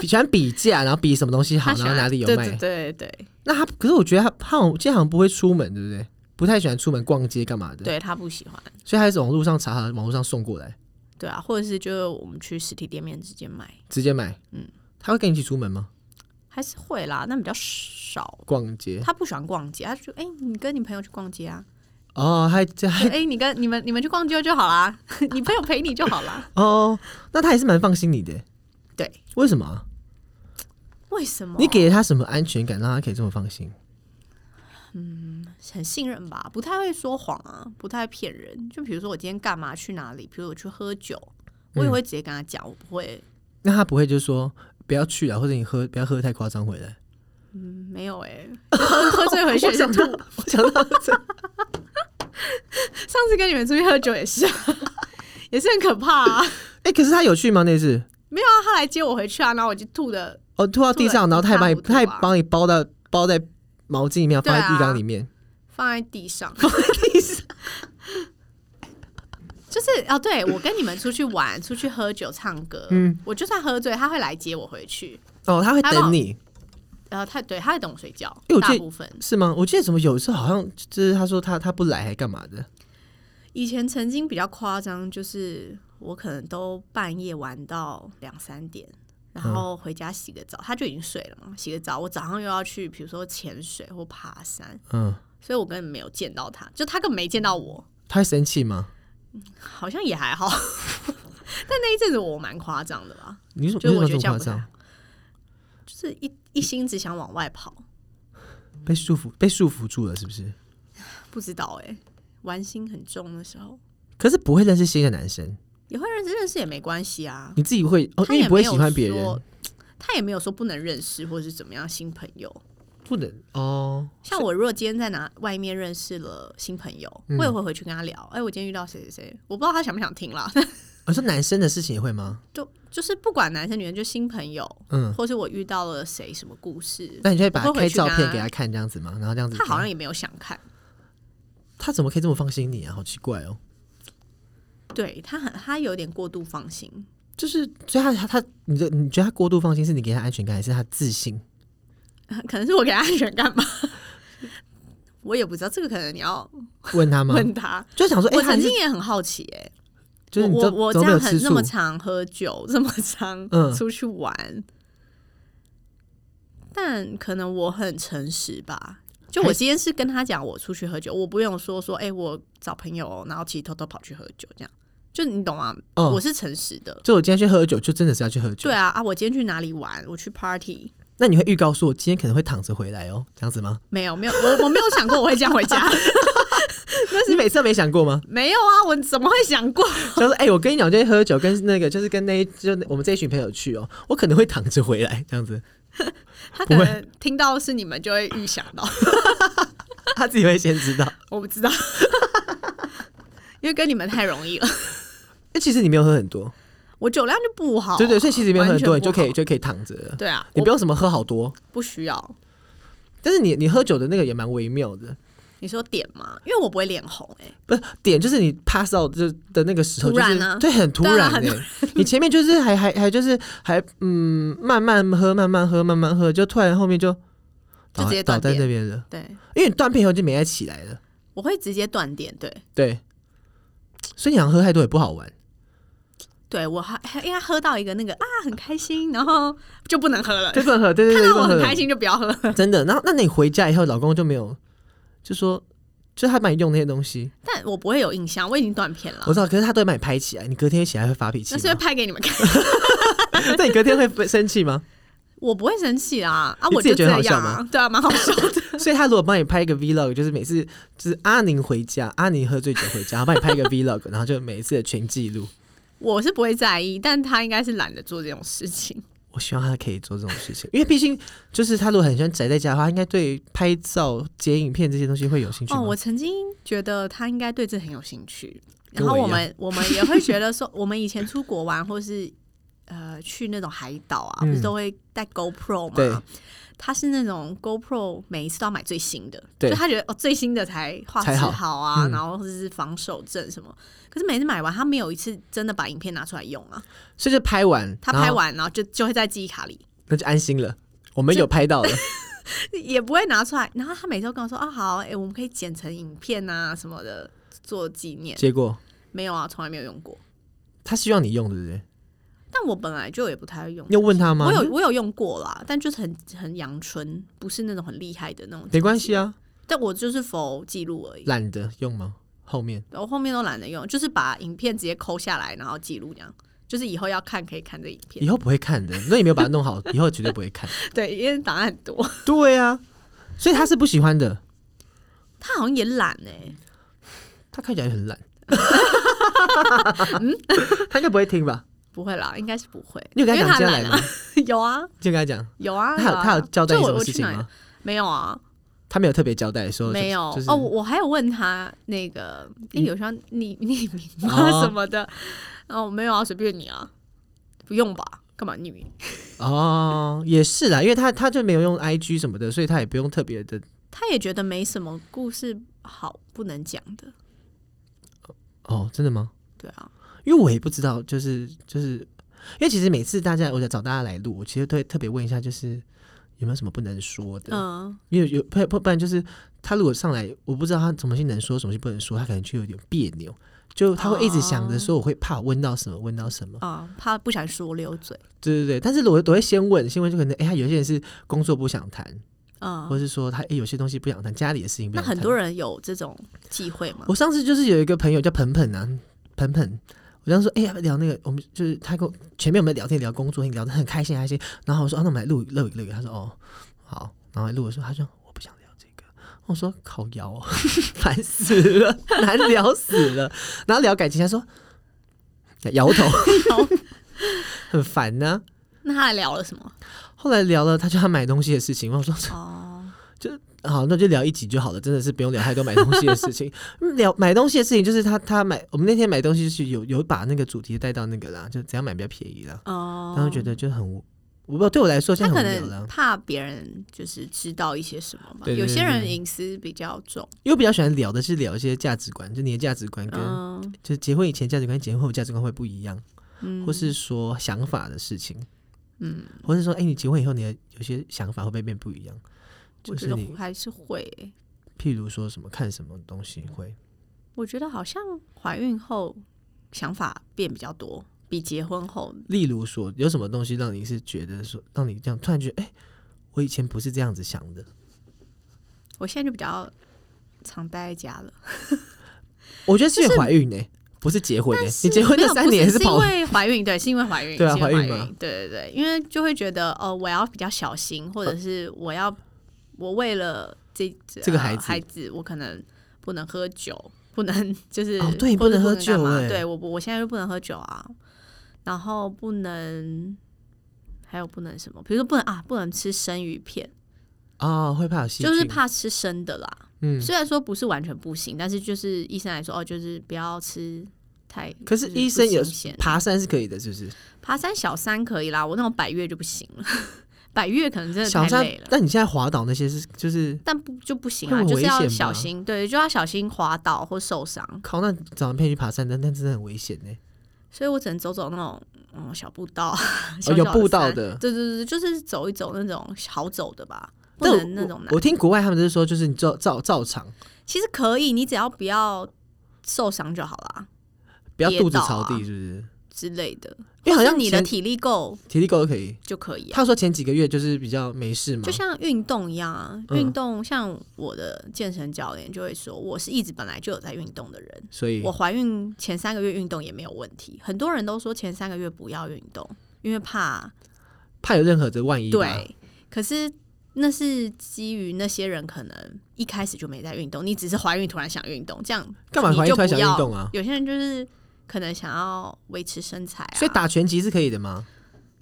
Speaker 1: 比喜欢比价，然后比什么东西好，
Speaker 2: 他喜
Speaker 1: 然
Speaker 2: 欢
Speaker 1: 后哪里有
Speaker 2: 对
Speaker 1: 卖。
Speaker 2: 对对对，
Speaker 1: 那他可是我觉得他他好像我记得好像不会出门，对不对？不太喜欢出门逛街干嘛的，
Speaker 2: 对他不喜欢，
Speaker 1: 所以他是网络上查，网络上送过来，
Speaker 2: 对啊，或者是就我们去实体店面直接买，
Speaker 1: 直接买。嗯
Speaker 2: 嗯，
Speaker 1: 他会跟你一起出门吗？
Speaker 2: 还是会啦，但比较少。
Speaker 1: 逛街
Speaker 2: 他不喜欢逛街，他就哎、你跟你朋友去逛街啊，
Speaker 1: 哦，还这还
Speaker 2: 就哎、你跟你们你们去逛街就好啦， 你朋友陪你就好 啦。
Speaker 1: 哦，那他还是蛮放心你的。
Speaker 2: 对，哦
Speaker 1: 为什么啊？
Speaker 2: 为什么？
Speaker 1: 你给了他什么安全感，让他可以这么放心？
Speaker 2: 很信任吧，不太会说谎啊，不太会骗人。就比如说我今天干嘛去哪里，比如我去喝酒，我
Speaker 1: 嗯
Speaker 2: 也会直接跟他讲，我不会，
Speaker 1: 那他不会就说不要去了，啊或者你喝不要喝太夸张回 来。
Speaker 2: 嗯，没有哎、喝醉回 去
Speaker 1: 我
Speaker 2: 也是
Speaker 1: 想
Speaker 2: 吐
Speaker 1: 到。，我想到这，
Speaker 2: 上次跟你们出去喝酒也是，啊 也是很可怕啊。
Speaker 1: 哎、可是他有去吗？那次
Speaker 2: 那他来接我回去啊，然后我就吐的，
Speaker 1: 哦，吐到地上，然
Speaker 2: 吐了
Speaker 1: 后他也把你，
Speaker 2: 一塌糊涂
Speaker 1: 他
Speaker 2: 啊
Speaker 1: 也帮你包到包在毛巾里面，
Speaker 2: 对
Speaker 1: 放
Speaker 2: 啊
Speaker 1: 在浴缸里面。
Speaker 2: 放在地上，放在地上。 就是哦，对我跟你们出去玩、出去喝酒、唱歌，
Speaker 1: 嗯
Speaker 2: 我就算喝醉，他会来接我回去，
Speaker 1: 哦，他会
Speaker 2: 他帮
Speaker 1: 等
Speaker 2: 我
Speaker 1: 你
Speaker 2: 然后他对他会等我睡觉
Speaker 1: 因为我，记
Speaker 2: 大
Speaker 1: 得
Speaker 2: 部分。
Speaker 1: 是吗？我记得怎么有一次好像就是他说他他不来还干嘛的？
Speaker 2: 以前曾经比较夸张，就是我可能都半夜玩到两三点，然后回家洗个澡，他就已经睡了嘛。洗个澡，我早上又要去，比如说潜水或爬山，
Speaker 1: 嗯，
Speaker 2: 所以我根本没有见到他，就他根本没见到我，
Speaker 1: 他会生气吗？
Speaker 2: 好像也还好。 但那一阵子我蛮夸张的吧，
Speaker 1: 你怎么
Speaker 2: 就
Speaker 1: 你
Speaker 2: 我
Speaker 1: 为
Speaker 2: 觉
Speaker 1: 什
Speaker 2: 得
Speaker 1: 么
Speaker 2: 这
Speaker 1: 这么
Speaker 2: 样
Speaker 1: 夸
Speaker 2: 不太
Speaker 1: 张
Speaker 2: 好？，就是一一心只想往外跑，
Speaker 1: 被束缚被束缚住了是不是？
Speaker 2: 不知道哎、玩心很重的时候
Speaker 1: 可是不会认识新的男生，
Speaker 2: 也会认识认识也没关系啊，
Speaker 1: 你自己会哦，因
Speaker 2: 他
Speaker 1: 为你
Speaker 2: 也
Speaker 1: 不会
Speaker 2: 没
Speaker 1: 喜
Speaker 2: 有
Speaker 1: 欢别人
Speaker 2: 说，他也没有说不能认识或是怎么样新朋友。
Speaker 1: 不能哦。
Speaker 2: 像我如果今天在哪外面认识了新朋友，
Speaker 1: 嗯
Speaker 2: 我也会回去跟他聊。哎、我今天遇到谁谁谁，我不知道他想不想听啦。
Speaker 1: 我哦说男生的事情也会吗？
Speaker 2: 就就是不管男生女生，就新朋友，
Speaker 1: 嗯，
Speaker 2: 或是我遇到了谁什么故事，
Speaker 1: 那你就会把
Speaker 2: 我会
Speaker 1: 开
Speaker 2: 回去
Speaker 1: 照片
Speaker 2: 跟他
Speaker 1: 给他看这样子吗？然后这样子，
Speaker 2: 他好像也没有想看。
Speaker 1: 他怎么可以这么放心你啊？好奇怪哦。
Speaker 2: 对他很，他有点过度放心。
Speaker 1: 就是，所以他他他，你的你觉得他过度放心，是你给他安全感，还是他自信？
Speaker 2: 可能是我给他安全感吧， 我也不知道这个，可能你要
Speaker 1: 问他吗？
Speaker 2: 问他。
Speaker 1: 就想说，哎、
Speaker 2: 我
Speaker 1: 他还
Speaker 2: 曾
Speaker 1: 是
Speaker 2: 经也很好奇、哎，
Speaker 1: 就是你都
Speaker 2: 我我
Speaker 1: 怎
Speaker 2: 这
Speaker 1: 么没有
Speaker 2: 样
Speaker 1: 吃
Speaker 2: 很那
Speaker 1: 素
Speaker 2: 么？常喝酒，这么常
Speaker 1: 嗯
Speaker 2: 出去玩，但可能我很诚实吧。就我
Speaker 1: 还
Speaker 2: 今天是跟他讲我出去喝酒，我不用说说，哎、我找朋友哦，然后其实偷偷跑去喝酒，这样就你懂吗？
Speaker 1: 哦
Speaker 2: 我，是诚实的。
Speaker 1: 就我今天去喝酒，就真的是要去喝酒。
Speaker 2: 对啊啊！我今天去哪里玩？我去 party，
Speaker 1: 那你会预告说，我今天可能会躺着回来哦，这样子吗？
Speaker 2: 没有没有，我我没有想过我会这样回家，
Speaker 1: 你每次都没想 过吗？
Speaker 2: 没有啊，我怎么会想过？
Speaker 1: 就是哎、我跟你讲，我今天喝酒跟那个，就是跟那一就我们这一群朋友去哦，我可能会躺着回来这样子，
Speaker 2: 他
Speaker 1: 不
Speaker 2: 可
Speaker 1: 会
Speaker 2: 能听到是你们就会预想到，
Speaker 1: 他自己会先 知道。
Speaker 2: 我不知道， 因为跟你们太容易了。
Speaker 1: 那其实你没有喝很多，
Speaker 2: 我酒量就不好啊、
Speaker 1: 对对，所以其实没有喝
Speaker 2: 完
Speaker 1: 很
Speaker 2: 全
Speaker 1: 多，你就
Speaker 2: 不好
Speaker 1: 可以就可以躺着了，
Speaker 2: 对啊，
Speaker 1: 你
Speaker 2: 我
Speaker 1: 哦不用什么喝好多。
Speaker 2: 不需要。
Speaker 1: 但是你你喝酒的那个也蛮微妙的，
Speaker 2: 你说点嘛，因为我不会脸红哎、
Speaker 1: 不是点就是你 pass out 就的那个时候，
Speaker 2: 突
Speaker 1: 就是
Speaker 2: 然啊
Speaker 1: 对，很突
Speaker 2: 对啊
Speaker 1: 然
Speaker 2: 很
Speaker 1: 的、你前面就是还 还还就是还嗯慢慢喝慢慢喝慢慢喝，就突然后面就倒
Speaker 2: 直接
Speaker 1: 倒
Speaker 2: 断
Speaker 1: 在
Speaker 2: 电
Speaker 1: 那边了，
Speaker 2: 对，
Speaker 1: 因为你断片以后就没再起来了，
Speaker 2: 我会直接断点。对，
Speaker 1: 对，所以你想喝太多也不好玩，
Speaker 2: 对我还还应该喝到一个那个啊很开心，然后就不能喝了。
Speaker 1: 就不能喝，对对对，就
Speaker 2: 呃看到
Speaker 1: 不能
Speaker 2: 我
Speaker 1: 喝
Speaker 2: 很
Speaker 1: 了
Speaker 2: 开心就不要喝了。
Speaker 1: 真的。然后那你回家以后，老公就没有就说。就他帮你用那些东西，
Speaker 2: 但我不会有印象，我已经断片了
Speaker 1: 我。知道，可是他都会把你拍起来，你隔天起来会发脾气
Speaker 2: 那是会
Speaker 1: 吗？
Speaker 2: 拍给你们看，
Speaker 1: 那你隔天会生气吗？
Speaker 2: 我不会生气啦，啊，
Speaker 1: 你
Speaker 2: 我
Speaker 1: 自己
Speaker 2: 就
Speaker 1: 觉
Speaker 2: 这
Speaker 1: 得好笑
Speaker 2: 样
Speaker 1: 吗
Speaker 2: 啊，对啊，蛮好笑的。
Speaker 1: 所以他如果帮你拍一个 vlog，就是每次就是阿宁回家，阿宁喝醉酒回家，然后帮你拍 一个 vlog，然后就每一次的全记录。
Speaker 2: 我是不会在意，但他应该是懒得做这种事情。
Speaker 1: 我希望他可以做这种事情，因为毕竟就是他如果很喜欢宅在家的话，他应该对拍照、剪影片这些东西会有兴趣吗
Speaker 2: 哦，我曾经觉得他应该对这很有兴趣，
Speaker 1: 跟
Speaker 2: 然
Speaker 1: 我
Speaker 2: 后
Speaker 1: 一样
Speaker 2: 我们我们也会觉得说， 我们以前出国玩或是呃去那种海岛啊，
Speaker 1: 嗯
Speaker 2: 不是都会带 GoPro
Speaker 1: 对
Speaker 2: 嘛？他是那种 GoPro 每一次都要买最新的，
Speaker 1: 对
Speaker 2: 所以他觉得哦最新的才画质
Speaker 1: 才好
Speaker 2: 好啊，
Speaker 1: 嗯
Speaker 2: 然后或者是防手震什么。可是每次买完，他没有一次真的把影片拿出来用啊，
Speaker 1: 所以就拍完，
Speaker 2: 他
Speaker 1: 然后
Speaker 2: 拍完然后就就会在记忆卡里，
Speaker 1: 那就安心了，我们有拍到了，
Speaker 2: 也不会拿出来。然后他每次都跟我说啊好，哎、我们可以剪成影片啊什么的做纪念。
Speaker 1: 结果
Speaker 2: 没有啊，从来没有用过。
Speaker 1: 他希望你用，对不对？
Speaker 2: 但我本来就也不太会用
Speaker 1: 你，有问他吗？
Speaker 2: 我有我有用过啦，但就是很很阳春，不是那种很厉害的那种。
Speaker 1: 没关系，啊，
Speaker 2: 但我就是否记录而已，
Speaker 1: 懒得用吗？后面
Speaker 2: 我后面都懒得用，就是把影片直接抠下来，然后记录这样。就是以后要看可以看这影片，
Speaker 1: 以后不会看的，那你没有把它弄好，以后 绝对不会 看。
Speaker 2: 对，因为档案很多。
Speaker 1: 对啊，所以他是不喜欢的，
Speaker 2: 他好像也懒哎、
Speaker 1: 他看起来很懒。
Speaker 2: 嗯
Speaker 1: 他应该不会听吧？
Speaker 2: 不会啦，应该是不会。
Speaker 1: 你有跟他
Speaker 2: 因为
Speaker 1: 讲
Speaker 2: 他
Speaker 1: 今天来
Speaker 2: 懒
Speaker 1: 吗
Speaker 2: 啊？， 有啊
Speaker 1: 就跟他讲，
Speaker 2: 有啊，
Speaker 1: 他有
Speaker 2: 啊
Speaker 1: 他有交代你
Speaker 2: 就
Speaker 1: 什
Speaker 2: 我
Speaker 1: 么
Speaker 2: 我
Speaker 1: 事
Speaker 2: 去
Speaker 1: 情
Speaker 2: 哪里
Speaker 1: 吗？
Speaker 2: 没有啊，
Speaker 1: 他没有特别交代说
Speaker 2: 没有、
Speaker 1: 就是
Speaker 2: 哦，我我还有问他那个，哎、
Speaker 1: 嗯
Speaker 2: 有需要匿匿名吗、
Speaker 1: 哦
Speaker 2: 什么的？哦，没有啊，随便你啊，不用吧？干嘛匿名？
Speaker 1: 哦，也是啦，因为他他就没有用 IG 什么的，所以他也不用特别的
Speaker 2: 他也觉得没什么故事好不能讲的，
Speaker 1: 哦，真的吗？
Speaker 2: 对啊，
Speaker 1: 因为我也不知道，就是就是，因为其实每次大家我想找大家来录，我其实都会特别问一下，就是有没有什么不能说的，
Speaker 2: 嗯，
Speaker 1: 因为有不不不然就是他如果上来，我不知道他什么是能说，什么是不能说，他可能就有点别扭。就他会一直想
Speaker 2: 哦
Speaker 1: 着说，我会怕我问到什么，问到什么，
Speaker 2: 啊、怕不想说溜嘴，
Speaker 1: 对对对。但是我都会先问，先问就可能，哎、他有些人是工作不想谈，或
Speaker 2: 嗯，
Speaker 1: 是说他哎、有些东西不想谈，家里的事情不
Speaker 2: 那
Speaker 1: 想谈。
Speaker 2: 很多人有这种忌讳吗？
Speaker 1: 我上次就是有一个朋友叫鹏鹏啊，鹏鹏，我当时说，哎、呀，聊那个，我们就是他跟我前面我们聊天聊工作，聊得很开心很开心，然后我说，啊，那我们来录一录一录一个，他说，哦，好，然后录的时候，他说，我不想聊这个，我说，靠腰、哦， 烦死了，难聊死了，然后聊感情，他说，摇头， 很烦呢、
Speaker 2: 那他还聊了什么？
Speaker 1: 后来聊了他叫他买东西的事情，我说
Speaker 2: 哦，
Speaker 1: 好，那就聊一集就好了，真的是不用聊太多买东西的事 情。嗯聊买东西的事情，就是他他买，我们那天买东西就是有有把那个主题带到那个啦，就怎样买比较便宜啦。
Speaker 2: 哦，嗯
Speaker 1: 然后觉得就很无，我不知道对我来说现
Speaker 2: 他
Speaker 1: 在
Speaker 2: 可
Speaker 1: 很无聊
Speaker 2: 能
Speaker 1: 啦，
Speaker 2: 怕别人就是知道一些什么吧，
Speaker 1: 对对
Speaker 2: 有些
Speaker 1: 对
Speaker 2: 人
Speaker 1: 对
Speaker 2: 隐私比较重，
Speaker 1: 因为我比较喜欢聊的是聊一些价值观，就你的价值观跟、
Speaker 2: 嗯。
Speaker 1: 就是结婚以前价值观、结婚后价值观会不一样，
Speaker 2: 嗯
Speaker 1: 或是说想法的事情，
Speaker 2: 嗯，
Speaker 1: 或是说哎、你结婚以后你的有些想法会不会变不一样？
Speaker 2: 我
Speaker 1: 就
Speaker 2: 觉
Speaker 1: 是
Speaker 2: 得
Speaker 1: 你
Speaker 2: 还是会欸、
Speaker 1: 譬如说什么看什么东西会
Speaker 2: 我觉得好像怀孕后想法变比较多，比结婚后
Speaker 1: 例如说，有什么东西让你是觉得说，让你这样突然觉得，哎、我以前不是这样子想的。
Speaker 2: 我现在就比较常待在家了。
Speaker 1: 我觉得是因为
Speaker 2: 就是
Speaker 1: 怀孕呢、不是结婚呢、你结婚
Speaker 2: 没
Speaker 1: 那
Speaker 2: 有
Speaker 1: 三年
Speaker 2: 不
Speaker 1: 也
Speaker 2: 是
Speaker 1: 跑
Speaker 2: 因，为怀孕，对，是因为怀孕，
Speaker 1: 对啊
Speaker 2: 是因为
Speaker 1: 怀
Speaker 2: 怀
Speaker 1: 孕嘛
Speaker 2: 对对对，因为就会觉得哦、我要比较小心，或者是我要我为了这
Speaker 1: 呃这个
Speaker 2: 呃
Speaker 1: 孩子
Speaker 2: 孩子，我可能不能喝酒，不能 就是
Speaker 1: 哦对
Speaker 2: 或者
Speaker 1: 不能喝
Speaker 2: 干嘛
Speaker 1: 酒欸
Speaker 2: 对我不我现在就不能喝酒啊，然后不能还有不能什么，比如说不能啊，不能吃生鱼片，
Speaker 1: 哦，会怕有细菌，
Speaker 2: 就是怕吃生的啦。
Speaker 1: 嗯。
Speaker 2: 虽然说不是完全不行，但是就是医生来说哦，就是不要吃太。
Speaker 1: 可是
Speaker 2: 就
Speaker 1: 医
Speaker 2: 不
Speaker 1: 生有
Speaker 2: 新鲜
Speaker 1: 爬山是可以的，是不是？
Speaker 2: 爬山小三可以啦，我那种百越就不行了， 百越可能真的
Speaker 1: 小
Speaker 2: 太
Speaker 1: 山
Speaker 2: 累，了。
Speaker 1: 但你现在滑倒那些是就是
Speaker 2: 但不就不行
Speaker 1: 会
Speaker 2: 啊，
Speaker 1: 很
Speaker 2: 就是要
Speaker 1: 危险吧
Speaker 2: 小心，对，就要小心滑倒或受伤，
Speaker 1: 靠，那找人陪你去爬山，但但真的很危险呢、
Speaker 2: 所以我只能走走那种嗯小步道，小
Speaker 1: 哦，有
Speaker 2: 小
Speaker 1: 步道
Speaker 2: 山，
Speaker 1: 的，
Speaker 2: 对对对，就是走一走那种好走的吧，不
Speaker 1: 但我
Speaker 2: 能那种难
Speaker 1: 我。我听国外他们就是说，就是你照照照常，
Speaker 2: 其实可以，你只要不要受伤就好啦
Speaker 1: 不要
Speaker 2: 跌
Speaker 1: 肚子
Speaker 2: 倒啊
Speaker 1: 朝地，是不是？
Speaker 2: 之类的，
Speaker 1: 因为好
Speaker 2: 或是
Speaker 1: 像
Speaker 2: 你的
Speaker 1: 前
Speaker 2: 体力够
Speaker 1: 体力够就可以。
Speaker 2: 就可以啊。
Speaker 1: 他说前几个月就是比较没事嘛
Speaker 2: 就，像运动一样啊，
Speaker 1: 嗯
Speaker 2: 运动像我的健身教练就会说，我是一直本来就有在运动的人，
Speaker 1: 所以
Speaker 2: 我怀孕前三个月运动也没有问题，很多人都说前三个月不要运动，因为怕
Speaker 1: 怕有任何的万一吧。
Speaker 2: 对，可是那是基于那些人可能一开始就没在运动，你只是怀孕突然想运动，这样
Speaker 1: 干嘛
Speaker 2: 你
Speaker 1: 怀孕
Speaker 2: 就
Speaker 1: 突然
Speaker 2: 不
Speaker 1: 想运
Speaker 2: 要
Speaker 1: 动啊？
Speaker 2: 有些人就是可能想要维持身材啊，
Speaker 1: 所以打拳击是可以的吗？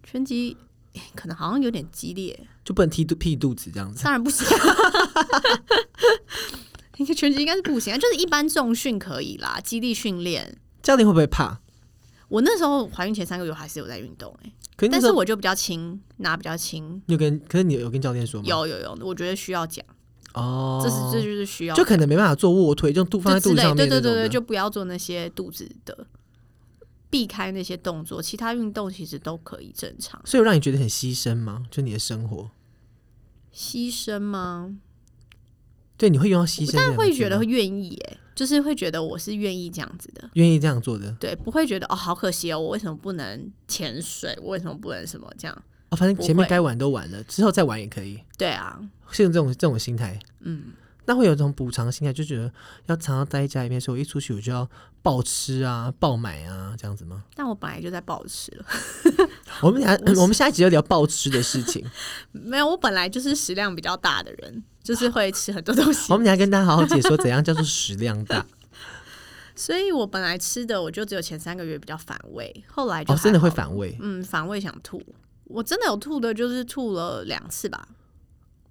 Speaker 2: 拳击诶可能好像有点激烈，
Speaker 1: 就不能踢肚屁肚子这样子？
Speaker 2: 当然 不行。 应该拳击应该是不行啊，就是一般重训可以啦，肌力训练。
Speaker 1: 教练会不会怕？
Speaker 2: 我那时候怀孕前三个月还是有在运动哎、
Speaker 1: 可是那
Speaker 2: 但
Speaker 1: 时
Speaker 2: 是
Speaker 1: 候
Speaker 2: 我就比较轻，拿比较轻。
Speaker 1: 你有跟，可是你有跟教练说吗？
Speaker 2: 有有有，我觉得需要讲，
Speaker 1: 哦，
Speaker 2: 这是这就是需要
Speaker 1: 就可能没办法做卧推，就肚放在肚
Speaker 2: 就之
Speaker 1: 子
Speaker 2: 类，
Speaker 1: 上
Speaker 2: 对
Speaker 1: 面
Speaker 2: 对
Speaker 1: 那
Speaker 2: 对
Speaker 1: 种
Speaker 2: 对，
Speaker 1: 的。
Speaker 2: 就不要做那些肚子的，避开那些动作，其他运动其实都可以正常。
Speaker 1: 所以让你觉得很牺牲吗？就你的生活，
Speaker 2: 牺牲吗？
Speaker 1: 对，你会用到牺牲这两个字吗，
Speaker 2: 但会觉得愿意、欸，就是会觉得我是愿意这样子的，
Speaker 1: 愿意这样做的
Speaker 2: 对，不会觉得哦，好可惜哦，我为什么不能潜水？我为什么不能什么这样？
Speaker 1: 哦。反正前
Speaker 2: 不
Speaker 1: 面
Speaker 2: 会
Speaker 1: 该玩都玩了，之后再玩也可以，
Speaker 2: 对啊，
Speaker 1: 是用这种这种心态。
Speaker 2: 嗯，
Speaker 1: 那会有一种补偿心态，就觉得要常常待在家里面，所以我一出去我就要暴吃啊、暴买啊，这样子吗？
Speaker 2: 但我本来就在暴吃了，
Speaker 1: 我们俩，
Speaker 2: 我是
Speaker 1: 我们下一集要聊暴吃的事 情。
Speaker 2: 没有，我本来就是食量比较大的人，就是会吃很多东西
Speaker 1: 我，们俩跟大家好好解说怎样叫做食量 大
Speaker 2: 所以我本来吃的我就只有前三个月比较反胃，后来哎就
Speaker 1: 哦，真的
Speaker 2: 还
Speaker 1: 会
Speaker 2: 好了
Speaker 1: 反胃，
Speaker 2: 嗯，反胃想吐。我真的有吐的，就是吐了两次吧，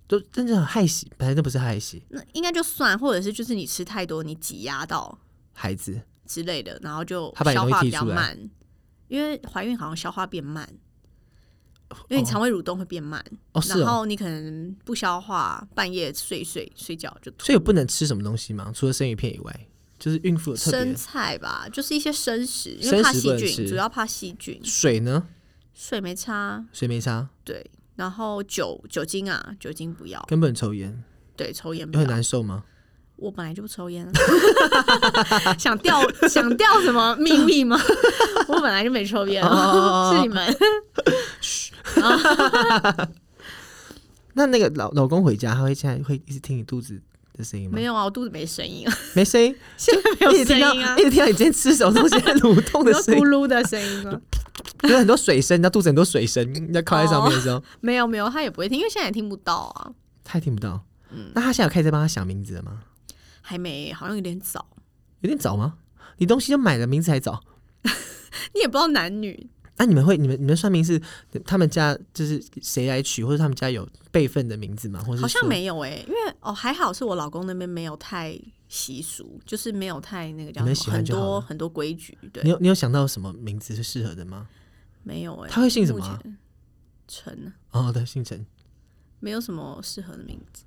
Speaker 1: 就真的很害喜，本来那不是害喜，
Speaker 2: 那应该就算，或者是就是你吃太多，你挤压到
Speaker 1: 孩子
Speaker 2: 之类的，然后就
Speaker 1: 它把你
Speaker 2: 消
Speaker 1: 东西
Speaker 2: 化
Speaker 1: 踢
Speaker 2: 比较
Speaker 1: 出来
Speaker 2: 慢，因为怀孕好像消化变慢，因为你肠胃蠕动会变慢，
Speaker 1: 哦是
Speaker 2: 然
Speaker 1: 哦，
Speaker 2: 后你可能不消化，半夜睡睡睡觉就吐。
Speaker 1: 所以不能吃什么东西吗？除了生鱼片以外，就是孕妇有特
Speaker 2: 生
Speaker 1: 别
Speaker 2: 菜吧，就是一些生食，因
Speaker 1: 生
Speaker 2: 为
Speaker 1: 食
Speaker 2: 怕
Speaker 1: 不
Speaker 2: 细
Speaker 1: 能吃
Speaker 2: 菌，主要怕细菌。
Speaker 1: 水呢，
Speaker 2: 睡没差，
Speaker 1: 水没差，
Speaker 2: 对，然后酒酒精啊，酒精不要，
Speaker 1: 根本抽烟，
Speaker 2: 对，抽烟不
Speaker 1: 有很
Speaker 2: 要。
Speaker 1: 难受吗？
Speaker 2: 我本来就不抽烟啊， 想掉想掉什么秘密吗？我本来就没抽烟
Speaker 1: 哦哦哦哦
Speaker 2: 啊，是你们。
Speaker 1: 那那个老老公回家，他会现在会一直听你肚子的声音吗？
Speaker 2: 没有啊，我肚子没声 音啊，
Speaker 1: 没声音，
Speaker 2: 现在 没
Speaker 1: 一
Speaker 2: 有
Speaker 1: 直
Speaker 2: 声
Speaker 1: 听到
Speaker 2: 音啊
Speaker 1: 一，直听到你今天吃什么东西在蠕动
Speaker 2: 你
Speaker 1: 的
Speaker 2: 说
Speaker 1: 声
Speaker 2: 咕
Speaker 1: 音，
Speaker 2: 噜的声音啊吗？
Speaker 1: 有很多水声，你知道肚子很多水声，你要靠在上面的时候，
Speaker 2: 没有没有，他也不会听，因为现在也听不到啊，
Speaker 1: 他也听不到。
Speaker 2: 嗯
Speaker 1: 那他现在有开始在帮他想名字了吗？
Speaker 2: 还没，好像有点早，
Speaker 1: 有点早吗？你东西就买了，名字还早。
Speaker 2: 你也不知道男女，
Speaker 1: 那、你们会，你们你们算命是他们家就是谁来取，或者他们家有辈分的名字吗？或者
Speaker 2: 好像
Speaker 1: 说，
Speaker 2: 没有哎、因为哦还好是我老公那边没有太习俗，就是没有太那个叫
Speaker 1: 你们
Speaker 2: 什
Speaker 1: 喜
Speaker 2: 么
Speaker 1: 欢
Speaker 2: 很
Speaker 1: 就好
Speaker 2: 多
Speaker 1: 了
Speaker 2: 很多规矩，对
Speaker 1: 你，有你有想到什么名字是适合的吗？
Speaker 2: 没有哎、
Speaker 1: 他会姓什么啊
Speaker 2: 目前？陈啊，
Speaker 1: 哦，对，姓陈，
Speaker 2: 没有什么适合的名字，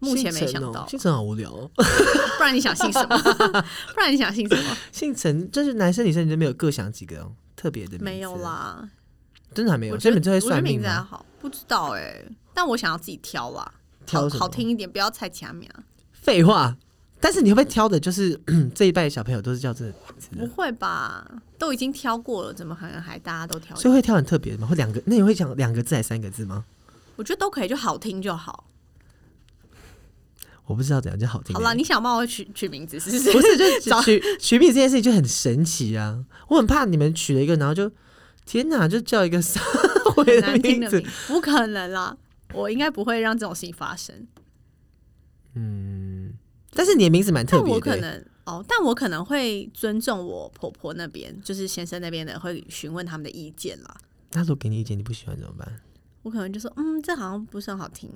Speaker 2: 目前没
Speaker 1: 姓
Speaker 2: 想
Speaker 1: 陈哦
Speaker 2: 到，
Speaker 1: 姓陈好无聊哦。
Speaker 2: 不然你想姓什么？ 不然你想姓什么？
Speaker 1: 姓陈就是男生女生，你都没有各想几个哦，特别的名字
Speaker 2: 没有，啦，
Speaker 1: 真的还没有。
Speaker 2: 我
Speaker 1: 所
Speaker 2: 觉
Speaker 1: 以
Speaker 2: 得
Speaker 1: 你就会
Speaker 2: 我觉得
Speaker 1: 算命
Speaker 2: 名字还啊
Speaker 1: 吗？
Speaker 2: 好，不知道哎、但我想要自己挑啦，
Speaker 1: 挑
Speaker 2: 好
Speaker 1: 什么
Speaker 2: 好听一点，不要猜其他名啊。
Speaker 1: 废话，但是你会不会挑的，就是 这一代小朋友都是叫这个名字
Speaker 2: 不
Speaker 1: 的，
Speaker 2: 会吧？都已经挑过了，怎么可能还大家都挑一
Speaker 1: 所
Speaker 2: 样？
Speaker 1: 以会挑很特别的吗？会两个？那你会讲两个字还是三个字吗？
Speaker 2: 我觉得都可以，就好听就好。
Speaker 1: 我不知道怎样就好听
Speaker 2: 好
Speaker 1: 而已。
Speaker 2: 啦，你想帮我取取名字是不是？
Speaker 1: 不是，就是
Speaker 2: 找
Speaker 1: 取取名这件事情就很神奇啊！我很怕你们取了一个，然后就天哪，就叫一个 撒回的
Speaker 2: 很难听
Speaker 1: 名
Speaker 2: 的
Speaker 1: 字
Speaker 2: 名，，不可能啦！我应该不会让这种事情发生。
Speaker 1: 嗯。但是你的名字蛮特
Speaker 2: 但
Speaker 1: 别
Speaker 2: 我
Speaker 1: 的
Speaker 2: 可
Speaker 1: 欸、
Speaker 2: 能哦，但我可能会尊重我婆婆那边，就是先生那边的，会询问他们的意见啦。
Speaker 1: 那如果给你意见你不喜欢怎么办？
Speaker 2: 我可能就说，嗯，这好像不是很好听，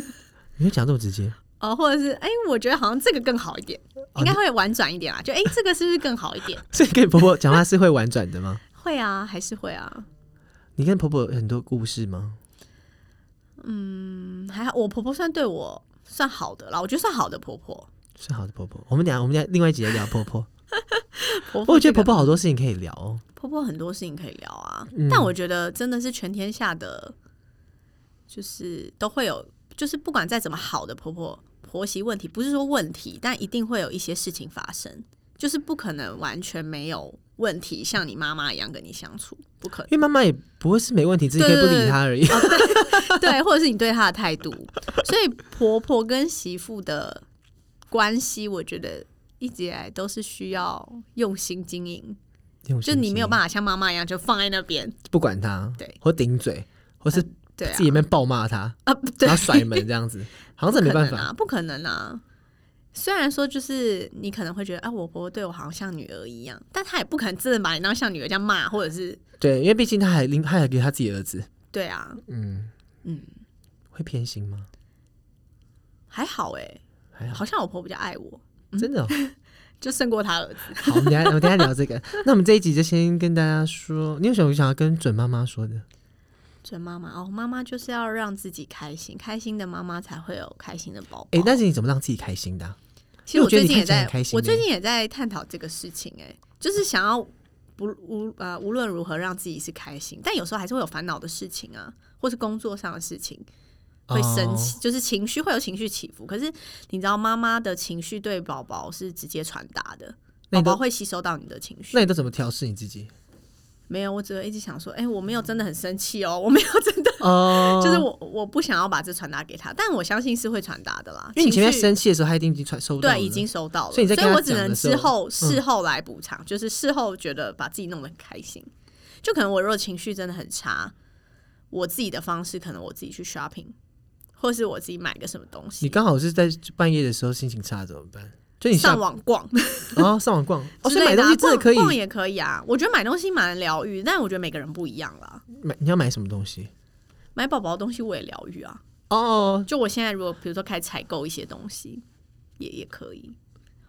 Speaker 1: 你会讲这么直接？
Speaker 2: 哦，或者是哎、我觉得好像这个更好一点，
Speaker 1: 哦
Speaker 2: 应该会婉转一点啦。就哎、这个是不是更好一点？
Speaker 1: 所以跟婆婆讲话是会婉转的吗？
Speaker 2: 会啊，还是会啊。
Speaker 1: 你跟婆婆有很多故事吗？
Speaker 2: 嗯，还好，我婆婆算对我算好的啦，我觉得算好的婆婆。
Speaker 1: 是好的婆婆，我们俩我们俩另外一集来聊婆婆。
Speaker 2: 婆
Speaker 1: 我觉得
Speaker 2: 这
Speaker 1: 婆
Speaker 2: 个
Speaker 1: 婆好多事情可以聊哦。
Speaker 2: 婆婆很多事情可以聊啊，
Speaker 1: 嗯
Speaker 2: 但我觉得真的是全天下的，就是都会有，就是不管再怎么好的婆婆婆媳问题，不是说问题，但一定会有一些事情发生，就是不可能完全没有问题，像你妈妈一样跟你相处，不可能
Speaker 1: 因为妈妈也不会是没问题，只是可以不理她而已。
Speaker 2: 对，或者是你对她的态度。所以婆婆跟媳妇的关系，我觉得一直以来都是需要用心经营，
Speaker 1: 用
Speaker 2: 就
Speaker 1: 心
Speaker 2: 你没有
Speaker 1: 经营
Speaker 2: 办法像妈妈一样就放在那边。
Speaker 1: 不管她，
Speaker 2: 对
Speaker 1: 或顶嘴，或是
Speaker 2: 对啊
Speaker 1: 自己那边暴骂他，
Speaker 2: 啊，对
Speaker 1: 然，后甩门这样 子，好像真
Speaker 2: 不
Speaker 1: 的
Speaker 2: 可
Speaker 1: 没办
Speaker 2: 能
Speaker 1: 法。
Speaker 2: 啊，不可能啊。虽然说，就是你可能会觉得，啊，我婆婆对我好像像女儿一样，但她也不可能真的把你当像女儿这样骂，或者是
Speaker 1: 对，因为毕竟他还另他还给他自己儿子，
Speaker 2: 对啊，
Speaker 1: 嗯
Speaker 2: 嗯，
Speaker 1: 会偏心吗？
Speaker 2: 还好哎、
Speaker 1: 还好，
Speaker 2: 好像我婆婆比较爱我，
Speaker 1: 真的哦、
Speaker 2: 就胜过她儿子。
Speaker 1: 好，我们等一下我们等一下聊 这个。那我们这一集就先跟大家说，你有什么想要跟准妈妈说的？
Speaker 2: 准妈妈哦，妈妈就是要让自己开心，开心的妈妈才会有开心的宝宝。
Speaker 1: 哎、但是你怎么让自己开心的啊、
Speaker 2: 其实
Speaker 1: 因为我觉得你
Speaker 2: 最近也
Speaker 1: 看起来
Speaker 2: 在
Speaker 1: 很，开心
Speaker 2: 我最
Speaker 1: 欸
Speaker 2: 近也在探讨这个事情、欸，哎，就是想要不无呃无论如何让自己是开心，但有时候还是会有烦恼的事情啊，或是工作上的事情会
Speaker 1: 哦
Speaker 2: 生气，就是情绪会有情绪起伏。可是你知道，妈妈的情绪对宝宝是直接传达的，
Speaker 1: 那
Speaker 2: 宝
Speaker 1: 你都
Speaker 2: 宝会吸收到你的情
Speaker 1: 那
Speaker 2: 绪。
Speaker 1: 你都怎么调试你自 己？
Speaker 2: 没有，我只会一直想说，哎、我没有真的很生气哦，我没有真的，
Speaker 1: 哦、
Speaker 2: 就是我我不想要把这传达给他，但我相信是会传达的啦。
Speaker 1: 因为你前面
Speaker 2: 情绪
Speaker 1: 生气的时候，他一定已经传收到了
Speaker 2: 对，已经收到了，
Speaker 1: 所以你在跟
Speaker 2: 我
Speaker 1: 他
Speaker 2: 只
Speaker 1: 讲
Speaker 2: 能
Speaker 1: 的时
Speaker 2: 之
Speaker 1: 候嗯
Speaker 2: 后事后来补偿，就是事后觉得把自己弄得很开心。就可能我如果情绪真的很差，我自己的方式可能我自己去 shopping，或是我自己买个什么东
Speaker 1: 你
Speaker 2: 西，
Speaker 1: 刚好是在半夜的时候心情差怎么办？就你
Speaker 2: 上
Speaker 1: 上
Speaker 2: 网逛
Speaker 1: 哦上网逛，哦，
Speaker 2: 之
Speaker 1: 所以
Speaker 2: 类
Speaker 1: 买
Speaker 2: 的
Speaker 1: 东
Speaker 2: 啊、
Speaker 1: 西真的可以
Speaker 2: 逛逛也可以啊。我觉得买东西蛮疗愈，但我觉得每个人不一样啦。
Speaker 1: 买。你要买什么东西？
Speaker 2: 买宝宝的东西我也疗愈啊。
Speaker 1: 哦，
Speaker 2: 就我现在如果比如说开始采购一些东西，也也可以，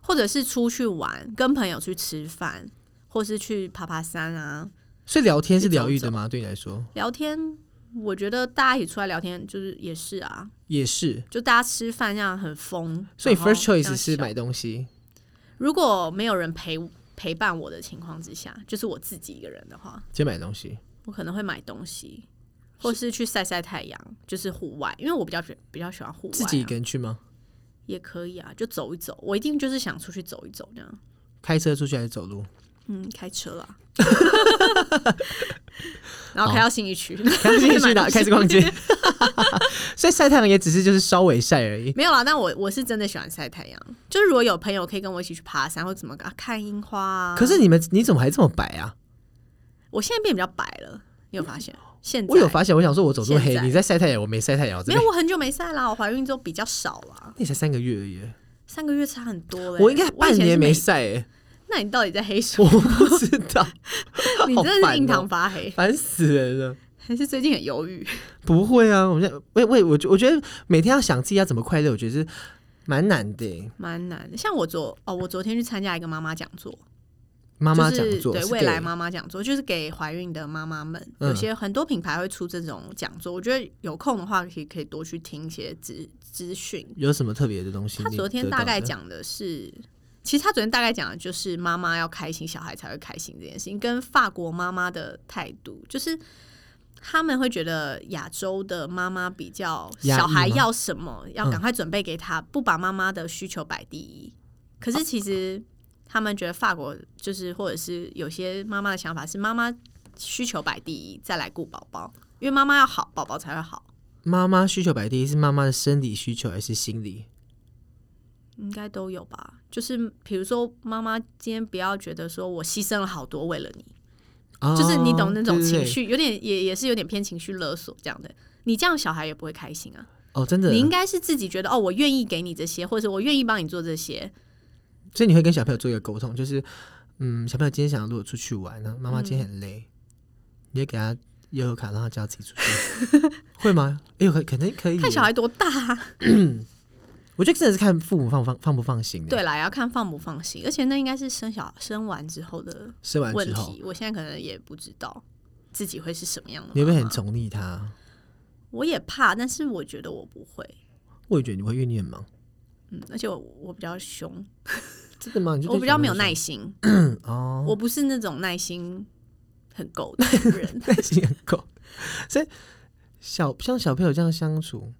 Speaker 2: 或者是出去玩，跟朋友去吃饭，或是去爬爬山啊。
Speaker 1: 所以聊天是
Speaker 2: 去走
Speaker 1: 疗愈的吗？对你来说
Speaker 2: 聊天，我觉得大家一起出来聊天，就是也是啊，
Speaker 1: 也是。
Speaker 2: 就大家吃饭这样很疯。
Speaker 1: 所以
Speaker 2: 然后
Speaker 1: first
Speaker 2: 这
Speaker 1: choice
Speaker 2: 样
Speaker 1: 是
Speaker 2: 笑
Speaker 1: 买东西，
Speaker 2: 如果没有人陪陪伴我的情况之下，就是我自己一个人的话，
Speaker 1: 就买东西。
Speaker 2: 我可能会买东西，或是去晒晒太阳，就是户外，因为我比较喜比较喜欢户外啊、
Speaker 1: 自己一个人去吗？
Speaker 2: 也可以啊，就走一走。我一定就是想出去走一走这样。
Speaker 1: 开车出去还是走 路？
Speaker 2: 嗯，开车啦， 然后开到信义区，
Speaker 1: 开始去哪？
Speaker 2: 买东西
Speaker 1: 开始逛街。 所以晒太阳也只是就是稍微晒而已。
Speaker 2: 没有啦，但我我是真的喜欢晒太阳。就是如果有朋友可以跟我一起去爬山或怎么啊看樱花啊。
Speaker 1: 可是你们你怎么还这么白啊？
Speaker 2: 我现在变比较白了，你有发现？现在
Speaker 1: 我有发现，我想说我走这么黑
Speaker 2: 现，在
Speaker 1: 你在晒太阳，我没晒太阳。
Speaker 2: 没
Speaker 1: 这
Speaker 2: 有？
Speaker 1: 边
Speaker 2: 我很久没晒啦，我怀孕之后比较少啦，
Speaker 1: 那你才三个月而已，
Speaker 2: 三个月差很多了。
Speaker 1: 我应该
Speaker 2: 以
Speaker 1: 半
Speaker 2: 前是
Speaker 1: 年没
Speaker 2: 每。
Speaker 1: 晒哎，
Speaker 2: 那你到底在黑什
Speaker 1: 我不知 道，
Speaker 2: 么？你
Speaker 1: 好
Speaker 2: 真的
Speaker 1: 烦
Speaker 2: 是
Speaker 1: 哦
Speaker 2: 印堂发黑，
Speaker 1: 烦死人了。
Speaker 2: 还是最近很忧郁？
Speaker 1: 不会啊，我们在我我我觉我觉得每天要想自己要怎么快乐，我觉得是蛮难的欸耶。
Speaker 2: 蛮难的。像我昨哦，我昨天去参加一个妈妈讲座，
Speaker 1: 妈妈
Speaker 2: 就
Speaker 1: 讲
Speaker 2: 是
Speaker 1: 座
Speaker 2: 对
Speaker 1: 是
Speaker 2: 未
Speaker 1: 给
Speaker 2: 来妈妈讲座，就是给怀孕的妈妈们，
Speaker 1: 嗯
Speaker 2: 有些很多品牌会出这种讲座，我觉得有空的话可以可以多去听一些资资讯。
Speaker 1: 有什么特别的东西？
Speaker 2: 他昨天大概，讲的是，其实他昨天大概讲的就是妈妈要开心，小孩才会开心这件事情，跟法国妈妈的态度，就是他们会觉得亚洲的妈妈比较
Speaker 1: 压抑
Speaker 2: 小孩
Speaker 1: 吗
Speaker 2: 要什么，要
Speaker 1: 嗯
Speaker 2: 赶快准备给他，不把妈妈的需求摆第一。可
Speaker 1: 哦
Speaker 2: 是其实他们觉得法国就是，或者是有些妈妈的想法是，妈妈需求摆第一，再来顾宝宝，因为妈妈要好，宝宝才会好。
Speaker 1: 妈妈需求摆第一是妈妈的生理需求还是心理？
Speaker 2: 应该都有吧。就是比如说，妈妈今天不要觉得说我牺牲了好多为了你，
Speaker 1: 哦
Speaker 2: 就是你懂那种
Speaker 1: 对对
Speaker 2: 情
Speaker 1: 对
Speaker 2: 绪，有点也也是有点偏情绪勒索这样的。你这样小孩也不会开心啊。
Speaker 1: 哦，真的
Speaker 2: 你。应该是自己觉得哦，我愿意给你这些，或者我愿意帮你做这些。
Speaker 1: 所以你会跟小朋友做一个沟通，就是嗯，小朋友今天想要如果出去玩呢，妈妈今天很累，你就给他悠悠卡，让他叫他自己出去， 会吗？哎呦，可可能可以耶。
Speaker 2: 看小孩多大、啊，
Speaker 1: 我觉得真的是看父母放不放放不放心。，欸
Speaker 2: 对啦，也要看放不放心。而且那应该是生小生完之后的
Speaker 1: 生完
Speaker 2: 问
Speaker 1: 之后，
Speaker 2: 题，我现在可能也不知道自己会是什么样的。
Speaker 1: 你会不会很？宠溺他？
Speaker 2: 我也怕，但是我觉得我不会。
Speaker 1: 我也觉得你会，因为你很忙。
Speaker 2: 嗯，而且我我比较凶，
Speaker 1: 真的吗？你就对
Speaker 2: 我比较没有
Speaker 1: 小朋
Speaker 2: 耐
Speaker 1: 友
Speaker 2: 心。
Speaker 1: 说哦，
Speaker 2: 我不是那种耐心很够的 人，
Speaker 1: 耐心很够。所以小像小朋友这样相处，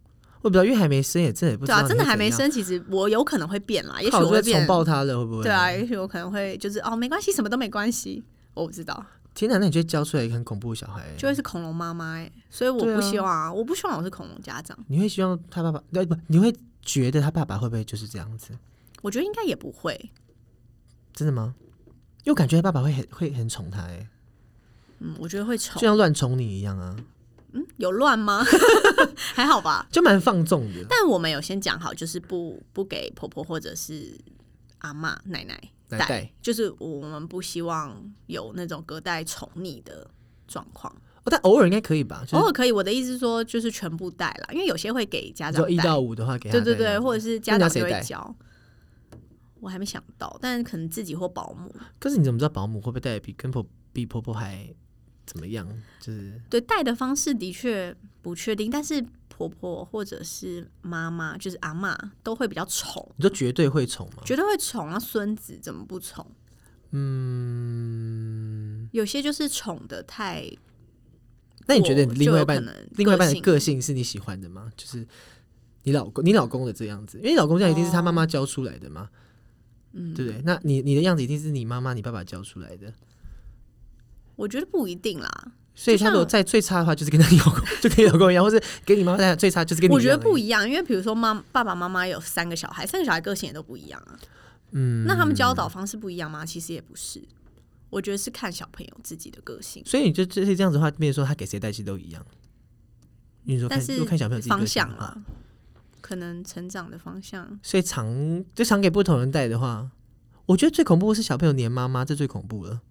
Speaker 1: 我比较因为还没生，也真的也不知
Speaker 2: 对
Speaker 1: 道、
Speaker 2: 啊，真的还没，生，其实我有可能会变啦，也许
Speaker 1: 怕我
Speaker 2: 我
Speaker 1: 就
Speaker 2: 会
Speaker 1: 会
Speaker 2: 变
Speaker 1: 宠，爆他了，会不会？
Speaker 2: 对啊，也许我可能会就是哦，没关系，什么都没关系，我不知道，
Speaker 1: 天哪，那你就会教出来一个很恐怖的小孩、
Speaker 2: 就会是恐龙妈妈哎，所以我
Speaker 1: 对啊
Speaker 2: 不希望啊，我不希望我是恐龙家长，
Speaker 1: 你会希望他爸爸，对不？你会觉得他爸爸会不会就是这样子？
Speaker 2: 我觉得应该也不会，
Speaker 1: 真的吗？因为我感觉他爸爸会很会很宠他、哎，
Speaker 2: 嗯，我觉得会宠
Speaker 1: 就，像乱宠你一样啊。
Speaker 2: 嗯，有乱吗？ 还好吧。
Speaker 1: 就蛮放纵的。
Speaker 2: 但我们有先讲好，就是不不给婆婆或者是阿嬷奶奶
Speaker 1: 来
Speaker 2: 带，
Speaker 1: 带
Speaker 2: 就是我们不希望有那种隔代宠溺的状况。
Speaker 1: 哦，但偶尔应该可以吧？就
Speaker 2: 偶
Speaker 1: 是
Speaker 2: 尔可以，我的意思是说，就是全部带啦，因为有些会给家
Speaker 1: 你
Speaker 2: 长
Speaker 1: 说一
Speaker 2: 带，
Speaker 1: 到五的话给他
Speaker 2: 对
Speaker 1: 带
Speaker 2: 对
Speaker 1: 这
Speaker 2: 对，
Speaker 1: 样子
Speaker 2: 或者是家长
Speaker 1: 那谁
Speaker 2: 就会
Speaker 1: 带
Speaker 2: 教。我还没想到，但可能自己或保姆。
Speaker 1: 可是你怎么知道保姆会不会带的比跟婆比婆婆还怎么样？就是
Speaker 2: 对带的方式的确不确定，但是婆婆或者是妈妈，就是阿嬷都会比较宠，
Speaker 1: 你说绝对会宠吗？
Speaker 2: 绝对会宠啊。孙子怎么不宠？
Speaker 1: 嗯，
Speaker 2: 有些就是宠的太
Speaker 1: 那你觉得
Speaker 2: 过
Speaker 1: 你另
Speaker 2: 就
Speaker 1: 外一
Speaker 2: 有可
Speaker 1: 半
Speaker 2: 能
Speaker 1: 另外一半的
Speaker 2: 性
Speaker 1: 个性是你喜欢的吗？就是你老公你老公的这样子，因为你老公这样一定是他妈妈教出来的嘛，
Speaker 2: 哦嗯，
Speaker 1: 对不对？那你你的样子一定是你妈妈你爸爸教出来的，
Speaker 2: 我觉得不一定啦。
Speaker 1: 所以他如果
Speaker 2: 像
Speaker 1: 再最差的话，就是跟他 老公就跟你老公一样，或是给你妈妈带最差就是跟你
Speaker 2: 我觉得
Speaker 1: 样而
Speaker 2: 不
Speaker 1: 已
Speaker 2: 一样，因为比如说妈爸爸妈妈有三个小孩，三个小孩个性也都不一样啊。
Speaker 1: 嗯，
Speaker 2: 那他们教导方式不一样吗？其实也不是，我觉得是看小朋友自己的个性，
Speaker 1: 所以你就就是这样子的话，变成说他给谁带其实都一样。你说看，
Speaker 2: 但
Speaker 1: 如
Speaker 2: 是
Speaker 1: 果看小朋友自己
Speaker 2: 方
Speaker 1: 个性
Speaker 2: 向
Speaker 1: 的话，
Speaker 2: 嘛，可能成长的方向。
Speaker 1: 所以常就常给不同人带的话，我觉得最恐怖的是小朋友黏妈妈，这最恐怖了。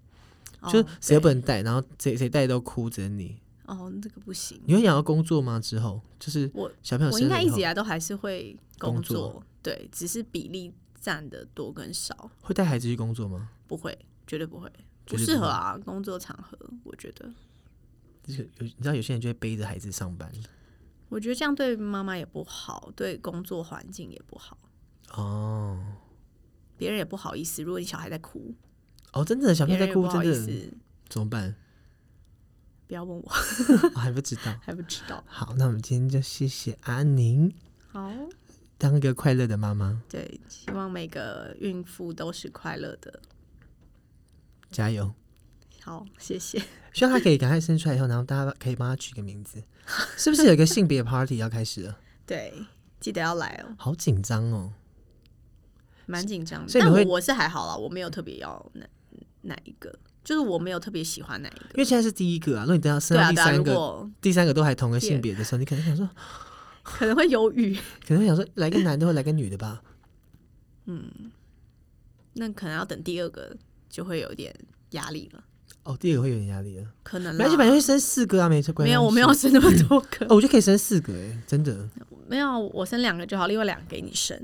Speaker 1: 就是
Speaker 2: 哦
Speaker 1: 谁
Speaker 2: 对
Speaker 1: 也不能带，然后谁谁带都哭着你。
Speaker 2: 哦，这个不行。
Speaker 1: 你会想要工作吗？之后就是
Speaker 2: 我
Speaker 1: 小朋友
Speaker 2: 我
Speaker 1: 生
Speaker 2: 应该
Speaker 1: 了
Speaker 2: 一
Speaker 1: 以
Speaker 2: 直啊
Speaker 1: 后
Speaker 2: 以来都还是会工
Speaker 1: 工
Speaker 2: 作，
Speaker 1: 作
Speaker 2: 对，只是比例占的多跟少，
Speaker 1: 会带孩子去工作吗？
Speaker 2: 不会，绝对不会，
Speaker 1: 绝
Speaker 2: 不
Speaker 1: 对
Speaker 2: 适
Speaker 1: 不
Speaker 2: 合
Speaker 1: 会
Speaker 2: 啊，工作场合，我觉得，
Speaker 1: 就是有你知道有些人就会背着孩子上班
Speaker 2: 我觉得这样对妈妈也不好，对工作环境也不好，
Speaker 1: 哦
Speaker 2: 别人也不好意思，如果你小孩在哭，
Speaker 1: 哦，真的小朋友
Speaker 2: 别
Speaker 1: 在
Speaker 2: 人也
Speaker 1: 哭，
Speaker 2: 不好
Speaker 1: 真
Speaker 2: 意
Speaker 1: 的
Speaker 2: 思，
Speaker 1: 怎么办？
Speaker 2: 不要问我，
Speaker 1: 我还不知道。
Speaker 2: 还不知道，
Speaker 1: 好，那我们今天就谢谢阿宁，
Speaker 2: 好，
Speaker 1: 当一个快乐的妈妈，
Speaker 2: 对，希望每个孕妇都是快乐的，
Speaker 1: 加油。
Speaker 2: 好，谢谢，
Speaker 1: 希望他可以赶快生出来以后，然后大家可以帮他取个名字，是不是有一个性别 party 要开始了？
Speaker 2: 对，记得要来哦，
Speaker 1: 好紧张哦！
Speaker 2: 蛮紧张的，
Speaker 1: 所以你
Speaker 2: 但我
Speaker 1: 会
Speaker 2: 我是还好啦，我没有特别要哪哪一个，就是我没有特别喜欢哪一个
Speaker 1: 因。为现在是第一个啊，如果你等到生
Speaker 2: 对
Speaker 1: 到
Speaker 2: 啊，
Speaker 1: 第
Speaker 2: 对啊，
Speaker 1: 三
Speaker 2: 如
Speaker 1: 个、
Speaker 2: 果
Speaker 1: 第三个都还同个性别的时候，你可能想说，
Speaker 2: 可能会犹豫，
Speaker 1: 可能会想说来个男的或来个女的吧。
Speaker 2: 那可能要等第二个就会有点压力了，
Speaker 1: 哦，第二个会有点压力了，
Speaker 2: 可能啦
Speaker 1: 而且反正会生四个啊，没关系。
Speaker 2: 没有，我没有生那么多个，
Speaker 1: 哦，我就可以生四个哎、真的。
Speaker 2: 没有，我生两个就好，另外两个给你 生，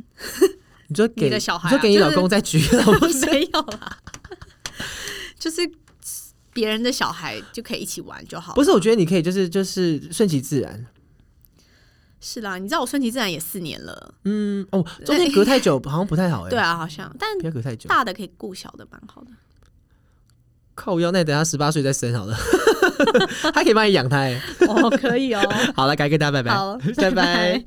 Speaker 1: 你就给
Speaker 2: 你的小孩啊
Speaker 1: 你就给你
Speaker 2: 就是
Speaker 1: 老公再 举老公生。
Speaker 2: 没有啦，就是别人的小孩就可以一起玩就好。
Speaker 1: 不是，我觉得你可以就是就是顺其自然。
Speaker 2: 是啦，你知道我顺其自然也四年了，
Speaker 1: 嗯，哦，中间隔太久好像不太好哎、
Speaker 2: 对，啊，好像，但
Speaker 1: 不要隔太久。
Speaker 2: 大的可以顾小的，蛮 好的。
Speaker 1: 靠腰，那你等他十八岁再生好了， 他可以帮你养他哎。
Speaker 2: 哦，可以哦，
Speaker 1: 好了，该跟大家拜拜，
Speaker 2: 好，
Speaker 1: 拜拜。